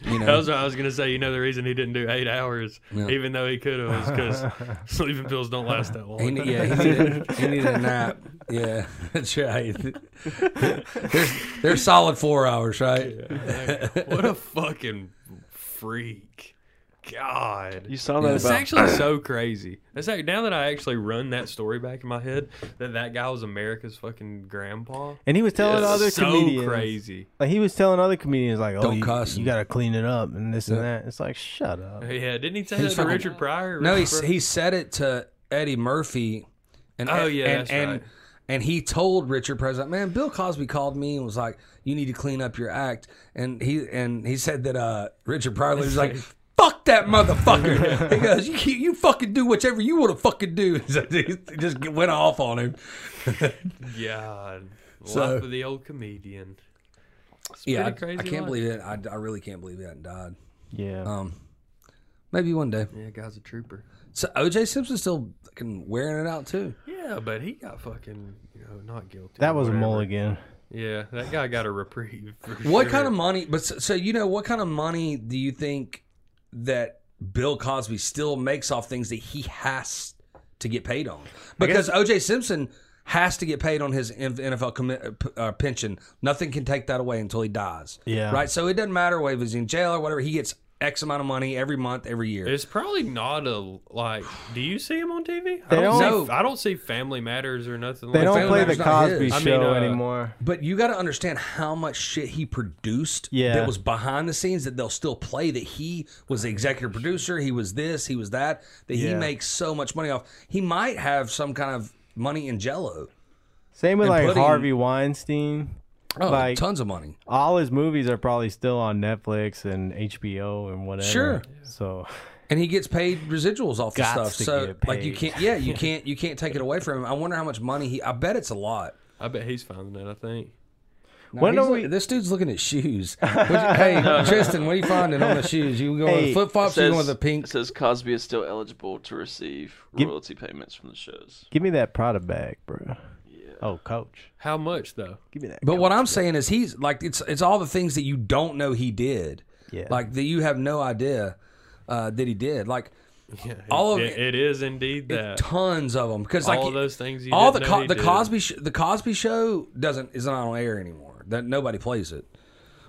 Speaker 2: you
Speaker 4: That
Speaker 2: know,
Speaker 4: was what I was gonna say. You know the reason he didn't do eight hours,
Speaker 2: Yeah.
Speaker 4: even though he could have, is because sleeping pills don't last that long.
Speaker 2: He need, yeah, he needed, he needed a nap. Yeah, that's right. There's there's solid four hours, right?
Speaker 4: Like, what a fucking freak! God,
Speaker 6: You saw that
Speaker 4: It's
Speaker 6: about
Speaker 4: actually so crazy. It's like now that I actually run that story back in my head that that guy was America's fucking grandpa.
Speaker 1: And he was telling
Speaker 4: It's
Speaker 1: other
Speaker 4: so
Speaker 1: comedians,
Speaker 4: crazy.
Speaker 1: like he was telling other comedians, like, oh,
Speaker 2: Don't
Speaker 1: you,
Speaker 2: cuss
Speaker 1: you
Speaker 2: and-
Speaker 1: gotta clean it up and this and that. It's like, shut up.
Speaker 4: Yeah, didn't he say
Speaker 2: He's
Speaker 4: that to
Speaker 2: fucking-
Speaker 4: Richard Pryor?
Speaker 2: No, he
Speaker 4: Richard Pryor?
Speaker 2: he said it to Eddie Murphy, and
Speaker 4: Oh, yeah,
Speaker 2: and
Speaker 4: that's
Speaker 2: and,
Speaker 4: right.
Speaker 2: and he told Richard Pryor, he's like, man, Bill Cosby called me and was like, you need to clean up your act, and he and he said that uh, Richard Pryor was like. Fuck that motherfucker! He goes, you, keep- you fucking do whichever you want to fucking do. So he just went off on him.
Speaker 4: God,
Speaker 2: So-
Speaker 4: life of the old comedian. It's
Speaker 2: Yeah, I,
Speaker 4: pretty crazy.
Speaker 2: I can't
Speaker 4: life.
Speaker 2: believe it. I, I really can't believe he hadn't died.
Speaker 1: Yeah.
Speaker 2: Um, maybe one day.
Speaker 4: Yeah, guy's a trooper.
Speaker 2: So OJ Simpson's still fucking wearing it out too.
Speaker 4: Yeah, but he got fucking you know not guilty.
Speaker 1: that was
Speaker 4: whatever.
Speaker 1: a mulligan.
Speaker 4: Yeah, that guy got a reprieve. For
Speaker 2: What
Speaker 4: sure.
Speaker 2: kind of money? But so, so you know, what kind of money do you think that Bill Cosby still makes off things that he has to get paid on? Because OJ Simpson has to get paid on his NFL commi- uh, pension. Nothing can take that away until he dies.
Speaker 1: Yeah.
Speaker 2: Right. So it doesn't matter whether he's in jail or whatever. He gets X amount of money every month, every year.
Speaker 4: It's probably not a like. Do you see him on TV?
Speaker 1: They
Speaker 4: I don't,
Speaker 2: don't-
Speaker 4: see, I don't see Family Matters or nothing.
Speaker 1: They
Speaker 4: like
Speaker 1: don't
Speaker 2: Family
Speaker 1: play the
Speaker 2: Matters not
Speaker 1: Cosby
Speaker 2: his.
Speaker 1: Show
Speaker 4: I mean, uh,
Speaker 1: anymore.
Speaker 2: But you got to understand how much shit he produced
Speaker 1: Yeah.
Speaker 2: that was behind the scenes that they'll still play. That he was the executive producer, he was this, he was that. That he
Speaker 1: Yeah.
Speaker 2: makes so much money off. He might have some kind of money in Jello.
Speaker 1: Same with
Speaker 2: and
Speaker 1: like
Speaker 2: putting-
Speaker 1: Harvey Weinstein.
Speaker 2: Oh,
Speaker 1: Like-
Speaker 2: tons of money.
Speaker 1: All his movies are probably still on Netflix and HBO and whatever.
Speaker 2: Sure.
Speaker 1: So
Speaker 2: And he gets paid residuals off the
Speaker 1: Gots
Speaker 2: stuff.
Speaker 1: to
Speaker 2: So
Speaker 1: get
Speaker 2: like you
Speaker 1: paid.
Speaker 2: can't, yeah, you can't, you can't take it away from him. I wonder how much money he. I bet it's a lot.
Speaker 4: I bet he's finding it. I think.
Speaker 2: No,
Speaker 1: When
Speaker 2: he's
Speaker 1: are
Speaker 2: look-
Speaker 1: we-
Speaker 2: This dude's looking at shoes. What'd you- hey, Tristan, what are you finding on the shoes? You going
Speaker 1: Hey,
Speaker 2: with flip flops? You
Speaker 6: says,
Speaker 2: going with the pink?
Speaker 6: it says Cosby is still eligible to receive royalty payments from the shows.
Speaker 1: give me that Prada bag, bro. Yeah. Oh, Coach,
Speaker 4: How much though?
Speaker 1: give me that.
Speaker 2: But what I'm saying is he's like it's it's all the things that you don't know he did.
Speaker 1: Yeah.
Speaker 2: Like that you have no idea uh, that he did. Like
Speaker 4: Yeah,
Speaker 2: All of
Speaker 4: it- it is indeed that.
Speaker 2: tons of them because like
Speaker 4: All of those things. You
Speaker 2: all the
Speaker 4: didn't know
Speaker 2: co-
Speaker 4: he
Speaker 2: the
Speaker 4: did.
Speaker 2: Cosby sh- the Cosby show doesn't is not on air anymore. That nobody plays it,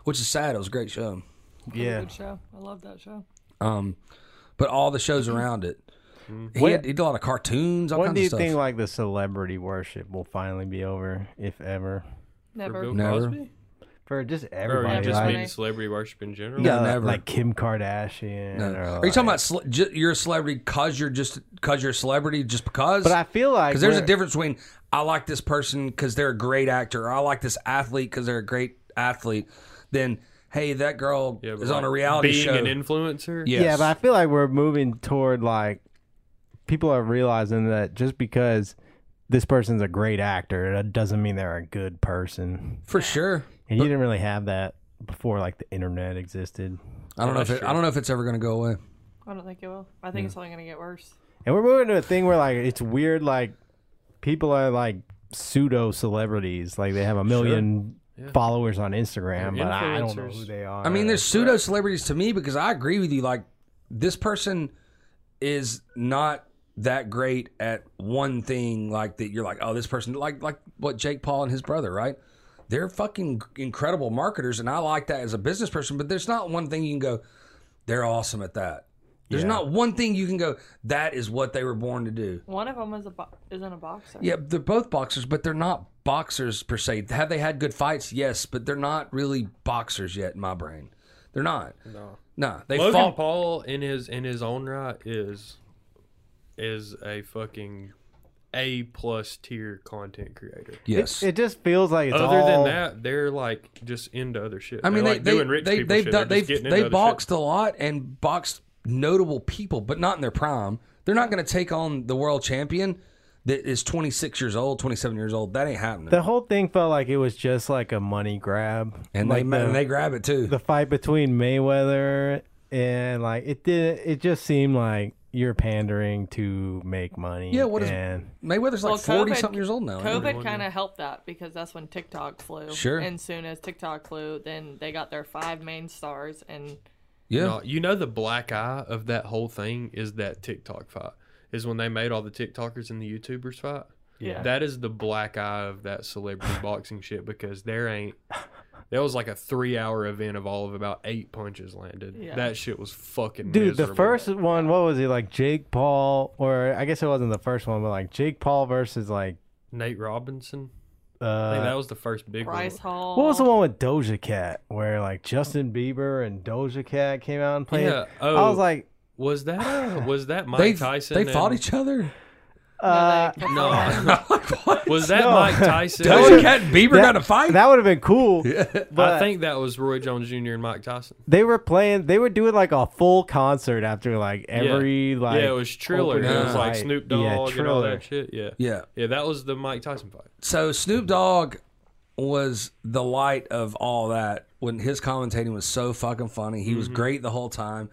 Speaker 2: which is sad. It was a great show.
Speaker 1: yeah.
Speaker 5: Good show. I love that show.
Speaker 2: Um, but all the shows around it. He, had, he did a lot of cartoons. All
Speaker 1: Mm-hmm. When
Speaker 2: kinds
Speaker 1: do
Speaker 2: of
Speaker 1: you
Speaker 2: stuff.
Speaker 1: think like the celebrity worship will finally be over, if ever?
Speaker 4: For
Speaker 5: Never.
Speaker 4: Bill
Speaker 2: Never.
Speaker 4: Cosby?
Speaker 1: For just
Speaker 4: Or
Speaker 1: everybody,
Speaker 4: you just
Speaker 1: like,
Speaker 4: mean celebrity worship in general?
Speaker 1: yeah,
Speaker 2: No, never.
Speaker 1: like Kim Kardashian. Or
Speaker 2: Are you
Speaker 1: like-
Speaker 2: talking about cele- ju- you're a celebrity because you're just because you're a celebrity just because?
Speaker 1: But I feel like
Speaker 2: Because there's a
Speaker 1: we're-
Speaker 2: difference between I like this person because they're a great actor, or I like this athlete because they're a great athlete. Then, hey, that girl
Speaker 4: Yeah, but
Speaker 2: is on
Speaker 4: like
Speaker 2: a reality
Speaker 4: being
Speaker 2: show.
Speaker 4: an influencer.
Speaker 2: yes.
Speaker 1: Yeah, but I feel like we're moving toward like people are realizing that just because this person's a great actor, that doesn't mean they're a good person.
Speaker 2: for sure.
Speaker 1: And you didn't really have that before like the internet existed.
Speaker 2: I don't know if
Speaker 4: Oh, that's
Speaker 2: it, I don't know if it's ever going to go away.
Speaker 5: I don't think it will. I think it's only going to get worse.
Speaker 1: And we're moving to a thing where like it's weird, like people are like pseudo celebrities, like they have a million followers on Instagram,
Speaker 4: They're
Speaker 1: but I don't know
Speaker 4: influencers.
Speaker 1: who they are.
Speaker 2: I mean, there's pseudo celebrities to me because I agree with you. Like, this person is not that great at one thing. Like that, you're like, oh, this person, like, like what Jake Paul and his brother, right? They're fucking incredible marketers, and I like that as a business person. But there's not one thing you can go, they're awesome at that. There's not one thing you can go, that is what they were born to do.
Speaker 5: One of them is a bo- isn't a boxer.
Speaker 2: Yeah, they're both boxers, but they're not boxers per se. Have they had good fights? Yes, but they're not really boxers yet in my brain. They're not. No. No. They
Speaker 4: Logan
Speaker 2: fought
Speaker 4: Paul in his in his own right is is a fucking A plus tier content creator.
Speaker 2: Yes.
Speaker 1: it just feels like it's
Speaker 4: other
Speaker 1: all-
Speaker 4: than that, they're like just into other shit.
Speaker 2: I mean,
Speaker 4: they're
Speaker 2: they,
Speaker 4: like
Speaker 2: they,
Speaker 4: doing rich
Speaker 2: they,
Speaker 4: people
Speaker 2: they've
Speaker 4: shit.
Speaker 2: done,
Speaker 4: They're
Speaker 2: they've,
Speaker 4: just getting into
Speaker 2: they
Speaker 4: other
Speaker 2: boxed a lot and boxed notable people, but not in their prime. They're not going to take on the world champion that is 26 years old, 27 years old. That ain't happening.
Speaker 1: The whole thing felt like it was just like a money grab,
Speaker 2: and
Speaker 1: like
Speaker 2: they
Speaker 1: the,
Speaker 2: and they grab it too.
Speaker 1: the fight between Mayweather and like it did. It just seemed like you're pandering to make money.
Speaker 2: yeah, what is
Speaker 1: and
Speaker 2: Mayweather's
Speaker 5: Well,
Speaker 2: like 40
Speaker 5: COVID
Speaker 2: something years old now. ain't he?
Speaker 5: COVID kind of helped that because that's when TikTok flew.
Speaker 2: Sure.
Speaker 5: And soon as TikTok flew, then they got their five main stars, and
Speaker 2: Yeah.
Speaker 4: shit. No, you know the black eye of that whole thing is that TikTok fight. Is when they made all the TikTokers and the YouTubers fight.
Speaker 1: Yeah.
Speaker 4: That is the black eye of that celebrity boxing shit because there ain't that was like a three hour event of all of about eight punches landed.
Speaker 5: Yeah.
Speaker 4: That shit was fucking
Speaker 1: Dude,
Speaker 4: miserable.
Speaker 1: the first one, what was it like? Jake Paul, or I guess it wasn't the first one, but like Jake Paul versus like
Speaker 4: Nate Robinson. I think
Speaker 1: uh,
Speaker 4: that was the first big
Speaker 5: Bryce
Speaker 4: one.
Speaker 5: Hall.
Speaker 1: what was the one with Doja Cat, where like Justin Bieber and Doja Cat came out and played.
Speaker 4: Yeah,
Speaker 1: I
Speaker 4: oh.
Speaker 1: was like,
Speaker 4: Was that uh, was that Mike
Speaker 2: They,
Speaker 4: Tyson?
Speaker 2: they
Speaker 4: and-
Speaker 2: fought each other.
Speaker 5: No,
Speaker 1: uh,
Speaker 5: they-
Speaker 4: No, was that
Speaker 1: No.
Speaker 4: Mike Tyson?
Speaker 2: Doja Cat and Bieber got a fight.
Speaker 1: Oh, that would have been cool.
Speaker 4: I
Speaker 1: but-
Speaker 4: think that was Roy Jones Jr. and Mike Tyson.
Speaker 1: They were playing. They were doing like a full concert after like
Speaker 4: Yeah.
Speaker 1: every like.
Speaker 4: yeah, it was Triller.
Speaker 1: opening
Speaker 4: It was like
Speaker 1: night.
Speaker 4: Snoop
Speaker 1: Yeah,
Speaker 4: Dogg and all
Speaker 1: Triller.
Speaker 4: that shit. Yeah,
Speaker 2: yeah.
Speaker 4: yeah, that was the Mike Tyson fight.
Speaker 2: So Snoop Dogg was the light of all that when his commentating was so fucking funny. He
Speaker 4: Mm-hmm.
Speaker 2: was great the whole time.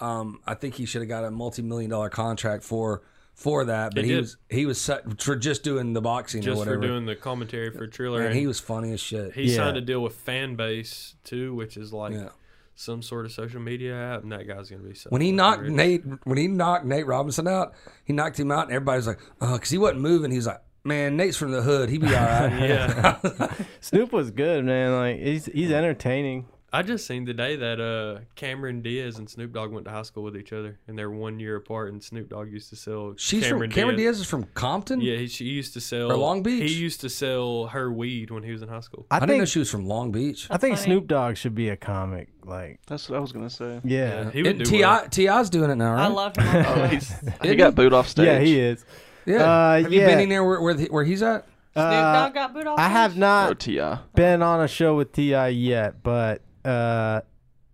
Speaker 2: Um, I think he should have got a multi-million dollar contract for for that, but
Speaker 4: It
Speaker 2: he
Speaker 4: did.
Speaker 2: was he was set for just doing the boxing or
Speaker 4: Just for
Speaker 2: whatever.
Speaker 4: doing the commentary for Triller,
Speaker 2: and
Speaker 4: and
Speaker 2: he was funny as shit.
Speaker 4: he
Speaker 1: Yeah.
Speaker 4: signed a deal with Fanbase too, which is like
Speaker 2: Yeah.
Speaker 4: some sort of social media app. And that guy's gonna be so
Speaker 2: when he
Speaker 4: fucking
Speaker 2: knocked
Speaker 4: rich.
Speaker 2: Nate when he knocked Nate Robinson out, he knocked him out, and everybody's like, "Oh," because he wasn't moving. He's like, "Man, Nate's from the hood. He'd be all right."
Speaker 4: Yeah,
Speaker 1: Snoop was good, man. Like he's he's entertaining.
Speaker 4: I just seen today that uh, Cameron Diaz and Snoop Dogg went to high school with each other, and they're one year apart. And Snoop Dogg used to sell
Speaker 2: She's
Speaker 4: Cameron
Speaker 2: from Cameron
Speaker 4: Diaz.
Speaker 2: Diaz. is from Compton.
Speaker 4: Yeah, he, she used to sell
Speaker 2: Or Long Beach?
Speaker 4: He used to sell her weed when he was in high school.
Speaker 1: I,
Speaker 2: I, didn't know
Speaker 1: think
Speaker 2: she was from Long Beach.
Speaker 1: I think
Speaker 5: funny.
Speaker 1: Snoop Dogg should be a comic. Like
Speaker 6: That's what I was gonna say.
Speaker 1: yeah,
Speaker 4: He would
Speaker 2: And
Speaker 4: do
Speaker 2: Ti
Speaker 4: well.
Speaker 2: Ti's doing it now, right?
Speaker 5: I love him. on
Speaker 6: Oh,
Speaker 5: that.
Speaker 6: he's, he
Speaker 2: Didn't
Speaker 6: got booed off stage.
Speaker 1: yeah, he is.
Speaker 2: Yeah.
Speaker 1: Uh,
Speaker 2: Have you been
Speaker 1: yeah.
Speaker 2: in there where where, the, where he's at?
Speaker 5: Snoop
Speaker 1: Uh,
Speaker 5: Dogg got booed off.
Speaker 1: I have
Speaker 5: stage?
Speaker 6: No,
Speaker 1: not
Speaker 6: Ti.
Speaker 1: been on a show with Ti yet, but uh,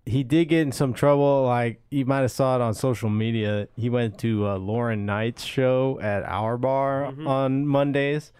Speaker 1: he did get in some trouble. Like you might have saw it on social media. He went to uh, Lauren Knight's show at Our Bar
Speaker 2: Mm-hmm.
Speaker 1: on Mondays,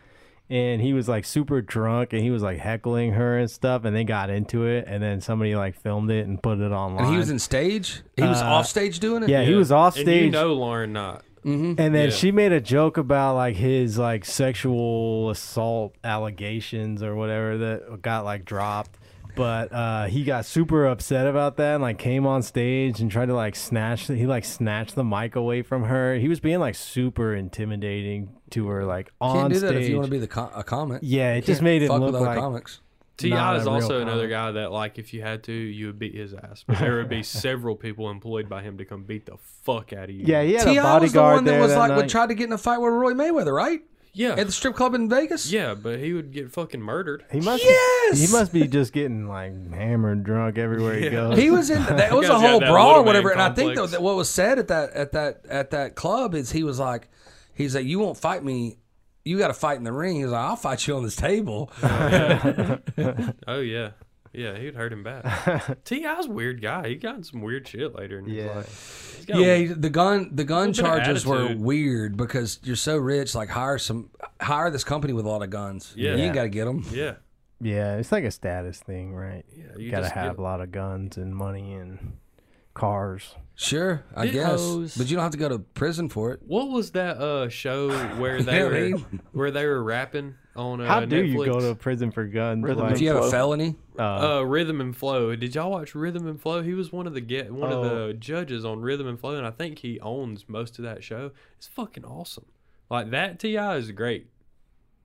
Speaker 1: and he was like super drunk, and he was like heckling her and stuff, and they got into it, and then somebody like filmed it and put it online.
Speaker 2: And he was in stage. He was off stage doing it.
Speaker 1: Uh, yeah, he was off
Speaker 4: And you
Speaker 1: stage,
Speaker 4: know Lauren not.
Speaker 1: and then
Speaker 4: yeah.
Speaker 1: she made a joke about like his like sexual assault allegations or whatever that got like dropped. But uh, he got super upset about that and like came on stage and tried to like snatch. He like snatched the mic away from her. He was being like super intimidating to her, like on
Speaker 2: Can't do
Speaker 1: stage.
Speaker 2: that if you want to be the com- a comic.
Speaker 1: yeah, it just
Speaker 2: Can't
Speaker 1: made it
Speaker 2: fuck
Speaker 1: look
Speaker 2: with other
Speaker 1: like
Speaker 2: comics.
Speaker 4: Ti
Speaker 1: Not
Speaker 4: is
Speaker 1: a
Speaker 4: also
Speaker 1: real
Speaker 4: another guy that, like, if you had to, you would beat his ass. But there would be several people employed by him to come beat the fuck out of you.
Speaker 1: yeah, he had
Speaker 2: Ti
Speaker 1: a
Speaker 2: was the
Speaker 1: bodyguard
Speaker 2: one that
Speaker 1: there
Speaker 2: was
Speaker 1: that
Speaker 2: like would
Speaker 1: night.
Speaker 2: tried to get in a fight with Roy Mayweather, right?
Speaker 4: yeah,
Speaker 2: At the strip club in Vegas.
Speaker 4: yeah. But he would get fucking murdered.
Speaker 1: He must
Speaker 2: Yes!
Speaker 1: he must be just getting like hammered, drunk everywhere he goes.
Speaker 2: He was in. That was a
Speaker 4: guys had
Speaker 2: whole
Speaker 4: that
Speaker 2: brawl or
Speaker 4: little man
Speaker 2: whatever. And I think though
Speaker 4: complex.
Speaker 2: that what was said at that at that at that club is he was like, he's like, you won't fight me. You got to fight in the ring. He's like, I'll fight you on this table.
Speaker 4: Oh yeah, yeah. He'd hurt him bad. Ti's a weird guy. He got in some weird shit later. In his
Speaker 1: Yeah.
Speaker 4: life. He's got
Speaker 2: Yeah,
Speaker 4: a-
Speaker 2: he- the gun the gun
Speaker 4: bit of
Speaker 2: charges were
Speaker 4: attitude.
Speaker 2: weird because you're so rich. Like hire some hire this company with a lot of guns.
Speaker 4: Yeah.
Speaker 2: you ain't got to get them.
Speaker 4: yeah.
Speaker 1: Yeah, it's like a status thing, right?
Speaker 4: Yeah,
Speaker 1: you
Speaker 4: you
Speaker 1: gotta
Speaker 4: just
Speaker 1: have
Speaker 4: get-
Speaker 1: a lot of guns and money and cars.
Speaker 2: Sure, I
Speaker 4: Did-
Speaker 2: guess,
Speaker 5: Hose.
Speaker 2: but you don't have to go to prison for it.
Speaker 4: What was that uh show where they
Speaker 2: Yeah,
Speaker 4: were
Speaker 2: man.
Speaker 4: where they were rapping on uh,
Speaker 1: How do
Speaker 4: Netflix?
Speaker 1: you go to prison for guns?
Speaker 6: Rhythm
Speaker 1: Like,
Speaker 2: If you have a
Speaker 6: Flow.
Speaker 2: felony,
Speaker 4: uh, Rhythm and Flow? Did y'all watch Rhythm and Flow? He was one of the get one of
Speaker 1: Oh.
Speaker 4: the judges on Rhythm and Flow, and I think he owns most of that show. It's fucking awesome. Like that Ti is great.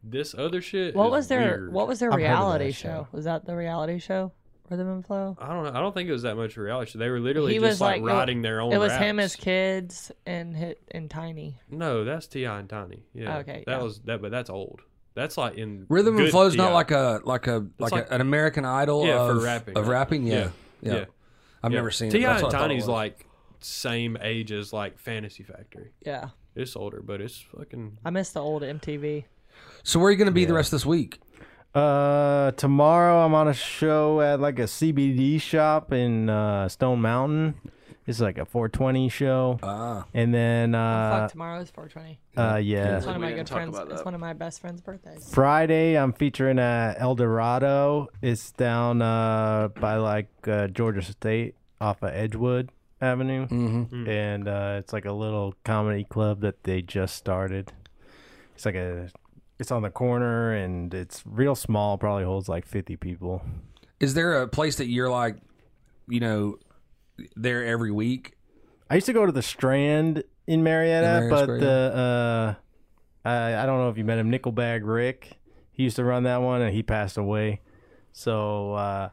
Speaker 4: This other shit.
Speaker 5: What
Speaker 4: is
Speaker 5: was their
Speaker 4: weird.
Speaker 5: What was their
Speaker 1: I've heard of that
Speaker 5: reality
Speaker 1: show.
Speaker 5: show? Was that the reality show Rhythm and Flow?
Speaker 4: I don't know. I don't think it was that much of a reality. show. They were literally
Speaker 5: He
Speaker 4: just
Speaker 5: was
Speaker 4: like,
Speaker 5: like-
Speaker 4: writing their
Speaker 1: Oh,
Speaker 4: own.
Speaker 5: It was him,
Speaker 4: raps.
Speaker 5: his kids, and hit and Tiny.
Speaker 4: No, that's Ti and Tiny. Yeah.
Speaker 5: Okay,
Speaker 4: That
Speaker 5: yeah.
Speaker 4: was that, but that's old. That's like in
Speaker 2: rhythm and
Speaker 4: good
Speaker 2: flow is not
Speaker 4: TI.
Speaker 2: like a like a like,
Speaker 4: like-
Speaker 2: a, an American Idol
Speaker 4: Yeah, for
Speaker 2: of
Speaker 4: rapping,
Speaker 2: Of
Speaker 4: right?
Speaker 2: rapping, yeah, yeah.
Speaker 4: Yeah. yeah.
Speaker 2: I've
Speaker 4: Yeah.
Speaker 2: never seen it.
Speaker 4: Ti
Speaker 2: That's
Speaker 4: and
Speaker 2: what I thought it
Speaker 4: Tiny's
Speaker 2: was.
Speaker 4: like same age as like Fantasy Factory.
Speaker 5: Yeah,
Speaker 4: It's older, but it's fucking.
Speaker 5: I miss the old MTV.
Speaker 2: So where are you going to be the rest of this week?
Speaker 1: Uh, tomorrow I'm on a show at like a CBD shop in uh, Stone Mountain. It's like a 420 show,
Speaker 2: Ah,
Speaker 1: and then uh,
Speaker 5: Fuck, tomorrow is 420.
Speaker 1: uh yeah,
Speaker 5: It's one of
Speaker 6: We
Speaker 5: my
Speaker 6: didn't
Speaker 5: good
Speaker 6: talk
Speaker 5: friends.
Speaker 6: about
Speaker 5: It's
Speaker 6: that.
Speaker 5: one of my best friends' birthdays.
Speaker 1: Friday I'm featuring uh, El Dorado. It's down uh by like uh, Georgia State off of Edgewood Avenue, mm-hmm. and uh, it's like a little comedy club that they just started. It's like a it's on the corner and it's real small. Probably holds like 50 people.
Speaker 2: is there a place that you're like, you know, there every week?
Speaker 1: I used to go to the Strand in Marietta,
Speaker 2: In Marietta
Speaker 1: but
Speaker 2: Square,
Speaker 1: the uh, I, I don't know if you met him, Nickelbag Rick. He used to run that one, and he passed away. So uh,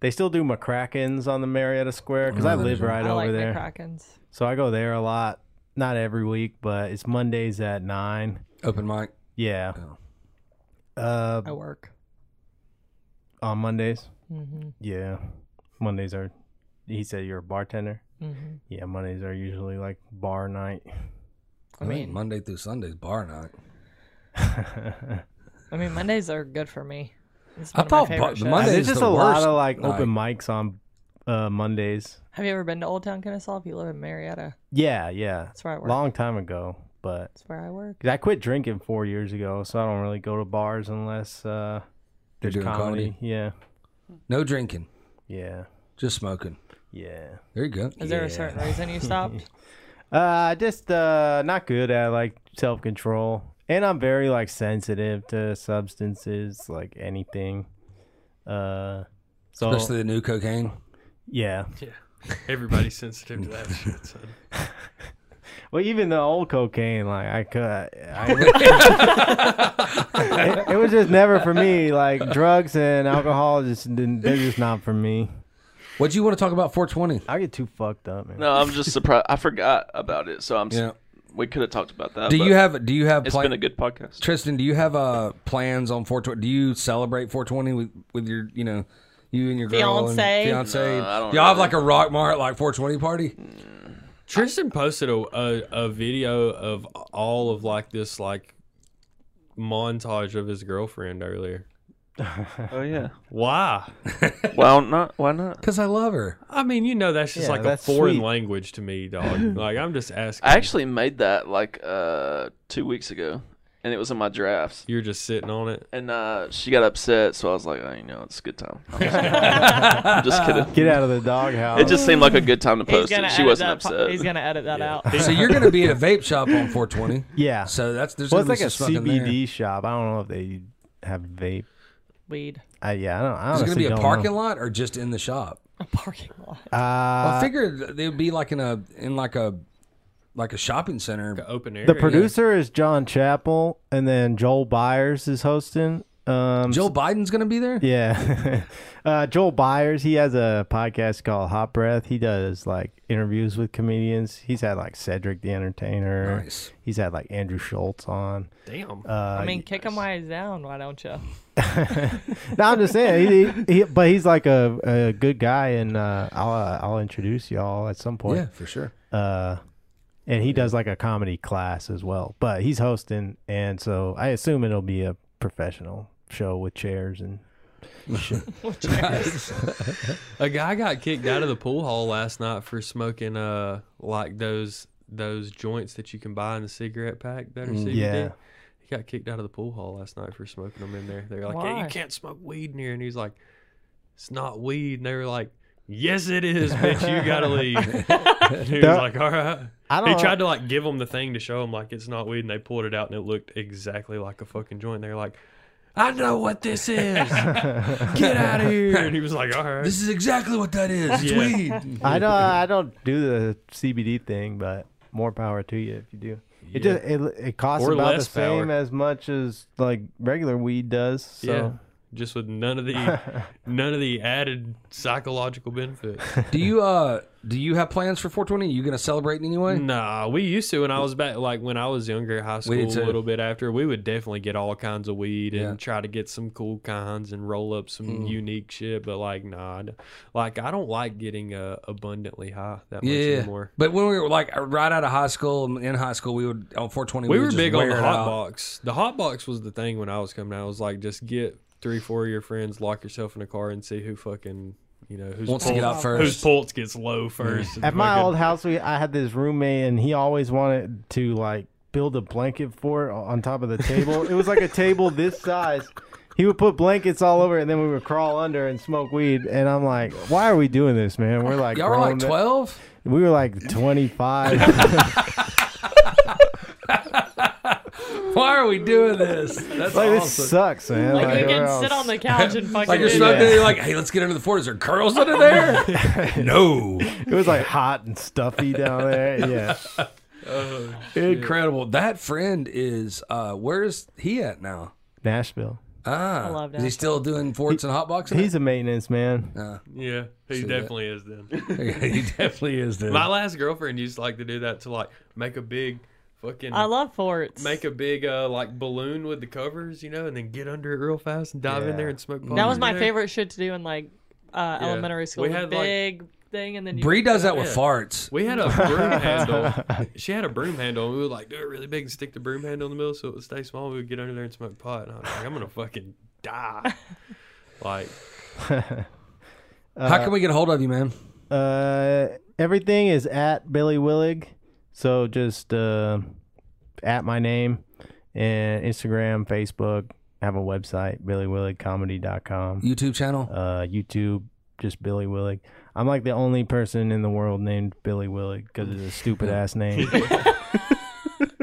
Speaker 1: they still do McCracken's on the Marietta Square because I live right
Speaker 5: I
Speaker 1: over
Speaker 5: like
Speaker 1: there,
Speaker 5: my Krakens.
Speaker 1: so I go there a lot. Not every week, but it's Mondays at nine.
Speaker 2: Open mic.
Speaker 1: Yeah. Uh,
Speaker 5: I work.
Speaker 1: on Mondays.
Speaker 5: Mm-hmm.
Speaker 1: Yeah, Mondays are. He said you're a bartender.
Speaker 5: Mm-hmm.
Speaker 1: Yeah, Mondays are usually like bar night.
Speaker 5: I mean,
Speaker 2: Monday through Sunday's bar night.
Speaker 5: I mean, Mondays are good for me. It's
Speaker 2: I
Speaker 5: one of my
Speaker 2: thought
Speaker 5: favorite
Speaker 2: bu- the
Speaker 5: shows.
Speaker 2: Monday-
Speaker 1: There's
Speaker 2: Monday's
Speaker 1: just a
Speaker 2: the
Speaker 1: lot
Speaker 2: worst
Speaker 1: of like open mics on uh, Mondays.
Speaker 5: Have you ever been to Old Town Kennesaw? If you live in Marietta,
Speaker 1: Yeah, yeah.
Speaker 5: that's where I work.
Speaker 1: Long time ago, but
Speaker 5: That's where I work.
Speaker 1: 'cause I quit drinking four years ago, so I don't really go to bars unless uh,
Speaker 2: They're
Speaker 1: there's
Speaker 2: doing comedy.
Speaker 1: Yeah,
Speaker 2: No drinking,
Speaker 1: yeah,
Speaker 2: just smoking.
Speaker 1: yeah.
Speaker 2: There you go.
Speaker 5: Is there a certain reason you stopped?
Speaker 1: Uh, just uh, not good at like self control, and I'm very like sensitive to substances, like anything. Uh, so
Speaker 2: Especially the new cocaine.
Speaker 1: yeah.
Speaker 4: Everybody's sensitive to that shit. Son.
Speaker 1: Well, even the old cocaine, like I could, I, it, it was just never for me. Like drugs and alcohol, just didn't, they're just not for me.
Speaker 2: What do you want to talk about? 420.
Speaker 1: I get too fucked up, man.
Speaker 6: No, I'm just surprised. I forgot about it, so I'm. s-
Speaker 2: Yeah.
Speaker 6: We could have talked about that.
Speaker 2: Do
Speaker 6: Uh, but
Speaker 2: you have? Do you have?
Speaker 6: It's
Speaker 2: plan-
Speaker 6: been a good podcast.
Speaker 2: Tristan, do you have uh plans on 420? Do you celebrate 420 with with your you know you and your girl and
Speaker 5: Fiancé?
Speaker 2: fiance?
Speaker 6: No, I don't Mm.
Speaker 2: Y'all have
Speaker 6: really.
Speaker 2: like a rock mart like 420 party?
Speaker 4: Tristan posted a, a a video of all of like this like montage of his girlfriend earlier.
Speaker 6: Oh yeah.
Speaker 4: Why?
Speaker 6: Why not? Why not?
Speaker 2: Because I love her.
Speaker 4: I mean, you know, that's just
Speaker 1: Yeah,
Speaker 4: like
Speaker 1: that's
Speaker 4: a foreign
Speaker 1: sweet.
Speaker 4: language to me, dog. like I'm just asking.
Speaker 6: I actually made that like uh two weeks ago, and it was in my drafts.
Speaker 4: You're just sitting on it.
Speaker 6: And uh, she got upset, so I was like, oh, you know, it's a good time. I'm just kidding.
Speaker 1: Get out of the doghouse.
Speaker 6: It just seemed like a good time to post it. She wasn't
Speaker 5: that.
Speaker 6: upset.
Speaker 5: He's gonna edit that out.
Speaker 2: So you're gonna be at a vape shop on 420.
Speaker 1: yeah.
Speaker 2: So that's there's
Speaker 1: well, it's
Speaker 2: gonna
Speaker 1: like
Speaker 2: be
Speaker 1: a
Speaker 2: some fucking there.
Speaker 1: CBD shop. I don't know if they have vape.
Speaker 5: Weed,
Speaker 1: I, yeah, I don't. I
Speaker 2: Is it
Speaker 1: honestly
Speaker 2: gonna be a
Speaker 1: don't
Speaker 2: parking
Speaker 1: know.
Speaker 2: lot or just in the shop?
Speaker 5: a parking lot.
Speaker 1: Uh,
Speaker 2: I figured they'd be like in a in like a like a shopping center.
Speaker 4: Open air.
Speaker 1: the producer is John Chappell, and then Joel Byers is hosting. Um,
Speaker 2: Joe Biden's gonna be there.
Speaker 1: Yeah. uh, Joel Byers, he has a podcast called Hot Breath. He does like interviews with comedians. He's had like Cedric the Entertainer.
Speaker 2: Nice.
Speaker 1: He's had like Andrew Schultz on.
Speaker 4: Damn.
Speaker 5: I mean, kick him while he's down. Why don't you?
Speaker 1: No, I'm just saying. He, he, but he's like a, a good guy, and uh, I'll uh, I'll introduce y'all at some
Speaker 2: Yeah,
Speaker 1: point.
Speaker 2: for sure.
Speaker 1: Uh, and he does like a comedy class as well. But he's hosting, and so I assume it'll be a professional show with chairs and
Speaker 4: A guy got kicked out of the pool hall last night for smoking uh like those those joints that you can buy in the cigarette pack that are CBD.
Speaker 1: Mm, yeah.
Speaker 4: He got kicked out of the pool hall last night for smoking them in there. They were like, "Hey,
Speaker 5: Why?
Speaker 4: you can't smoke weed in here," and he's like, "It's not weed." And they were like, yes, it is, bitch. You gotta leave. he was
Speaker 1: That-
Speaker 4: like, all right.
Speaker 1: I don't
Speaker 4: He
Speaker 1: know.
Speaker 4: tried to like give them the thing to show them like it's not weed, and they pulled it out, and it looked exactly like a fucking joint. They're like, I know what this is. Get out of here. And he was like, all right.
Speaker 2: This is exactly what that is. It's
Speaker 4: Yeah.
Speaker 2: weed.
Speaker 1: I don't. I don't do the CBD thing, but more power to you if you do. It just it, it costs
Speaker 4: Or
Speaker 1: about the
Speaker 4: less power.
Speaker 1: same as much as like regular weed does. So
Speaker 4: Yeah. Just with none of the none of the added psychological benefits.
Speaker 2: Do you uh do you have plans for 420? you gonna celebrate in any way?
Speaker 4: Nah, we used to when I was back, like when I was younger, high school,
Speaker 2: did
Speaker 4: a
Speaker 2: too.
Speaker 4: little bit after, we would definitely get all kinds of weed
Speaker 2: Yeah. Mm.
Speaker 4: and try to get some cool kinds and roll up some unique shit. But like, nah, I d- like I don't like getting uh, abundantly high that much anymore.
Speaker 2: But when we were like right out of high school, in high school, we would on 420.
Speaker 4: We
Speaker 2: would
Speaker 4: were
Speaker 2: just
Speaker 4: big on the
Speaker 2: wear it
Speaker 4: hot
Speaker 2: out.
Speaker 4: box. The hot box was the thing when I was coming out. I was like, just get three, four of your friends, lock yourself in a car, and see who fucking you know who's
Speaker 2: Wants to get out
Speaker 4: Whose
Speaker 2: first.
Speaker 4: pulse gets low first? and
Speaker 1: At my
Speaker 4: fucking-
Speaker 1: old house, we I had this roommate, and he always wanted to like build a blanket for it on top of the table. it was like a table this size. He would put blankets all over, it, and then we would crawl under and smoke weed. And I'm like, "Why are we doing this, man? We're like,
Speaker 2: Y'all were like
Speaker 1: grown men."
Speaker 2: 12.
Speaker 1: We were like 25.
Speaker 2: Why are we doing this? That's
Speaker 1: like this
Speaker 2: awesome.
Speaker 1: sucks, man.
Speaker 5: Like you
Speaker 1: we're
Speaker 5: can
Speaker 1: all
Speaker 5: sit on the couch and fucking.
Speaker 2: like you're
Speaker 5: do
Speaker 2: stuck
Speaker 5: it.
Speaker 2: there. You're like, hey, let's get into the 40s. Are curls under there? no.
Speaker 1: It was like hot and stuffy down there. Yeah.
Speaker 2: Incredible. That friend is. uh Where is he at now?
Speaker 1: Nashville.
Speaker 2: Ah,
Speaker 5: I love
Speaker 2: is he
Speaker 5: that.
Speaker 2: still doing forts and hot boxing?
Speaker 1: He's a maintenance man.
Speaker 4: yeah, he definitely is then.
Speaker 2: he definitely is. Dude.
Speaker 4: My last girlfriend used to like to do that to like make a big fucking
Speaker 5: I love forts.
Speaker 4: make a big uh like balloon with the covers, you know, and then get under it real fast and dive in there
Speaker 1: Yeah.
Speaker 4: and smoke.
Speaker 5: that was my favorite shit to do in like uh, elementary school.
Speaker 4: We
Speaker 5: The
Speaker 4: had, like-
Speaker 5: big thing, and then you
Speaker 2: Bree does that with
Speaker 4: Yeah.
Speaker 2: farts.
Speaker 4: We had a broom handle. She had a broom handle. and We would like do it really big and stick the broom handle in the middle so it would stay small. We would get under there and smoke pot. And I was like, I'm gonna fucking die. Like
Speaker 2: How can we get a hold of you, man?
Speaker 1: Uh, everything is at Billy Willig. So just uh, at my name and Instagram, Facebook. I have a website, billywilligcomedy.com.
Speaker 2: YouTube channel.
Speaker 1: Uh, YouTube, just Billy Willig. I'm like the only person in the world named Billy Willig because it's a stupid ass name.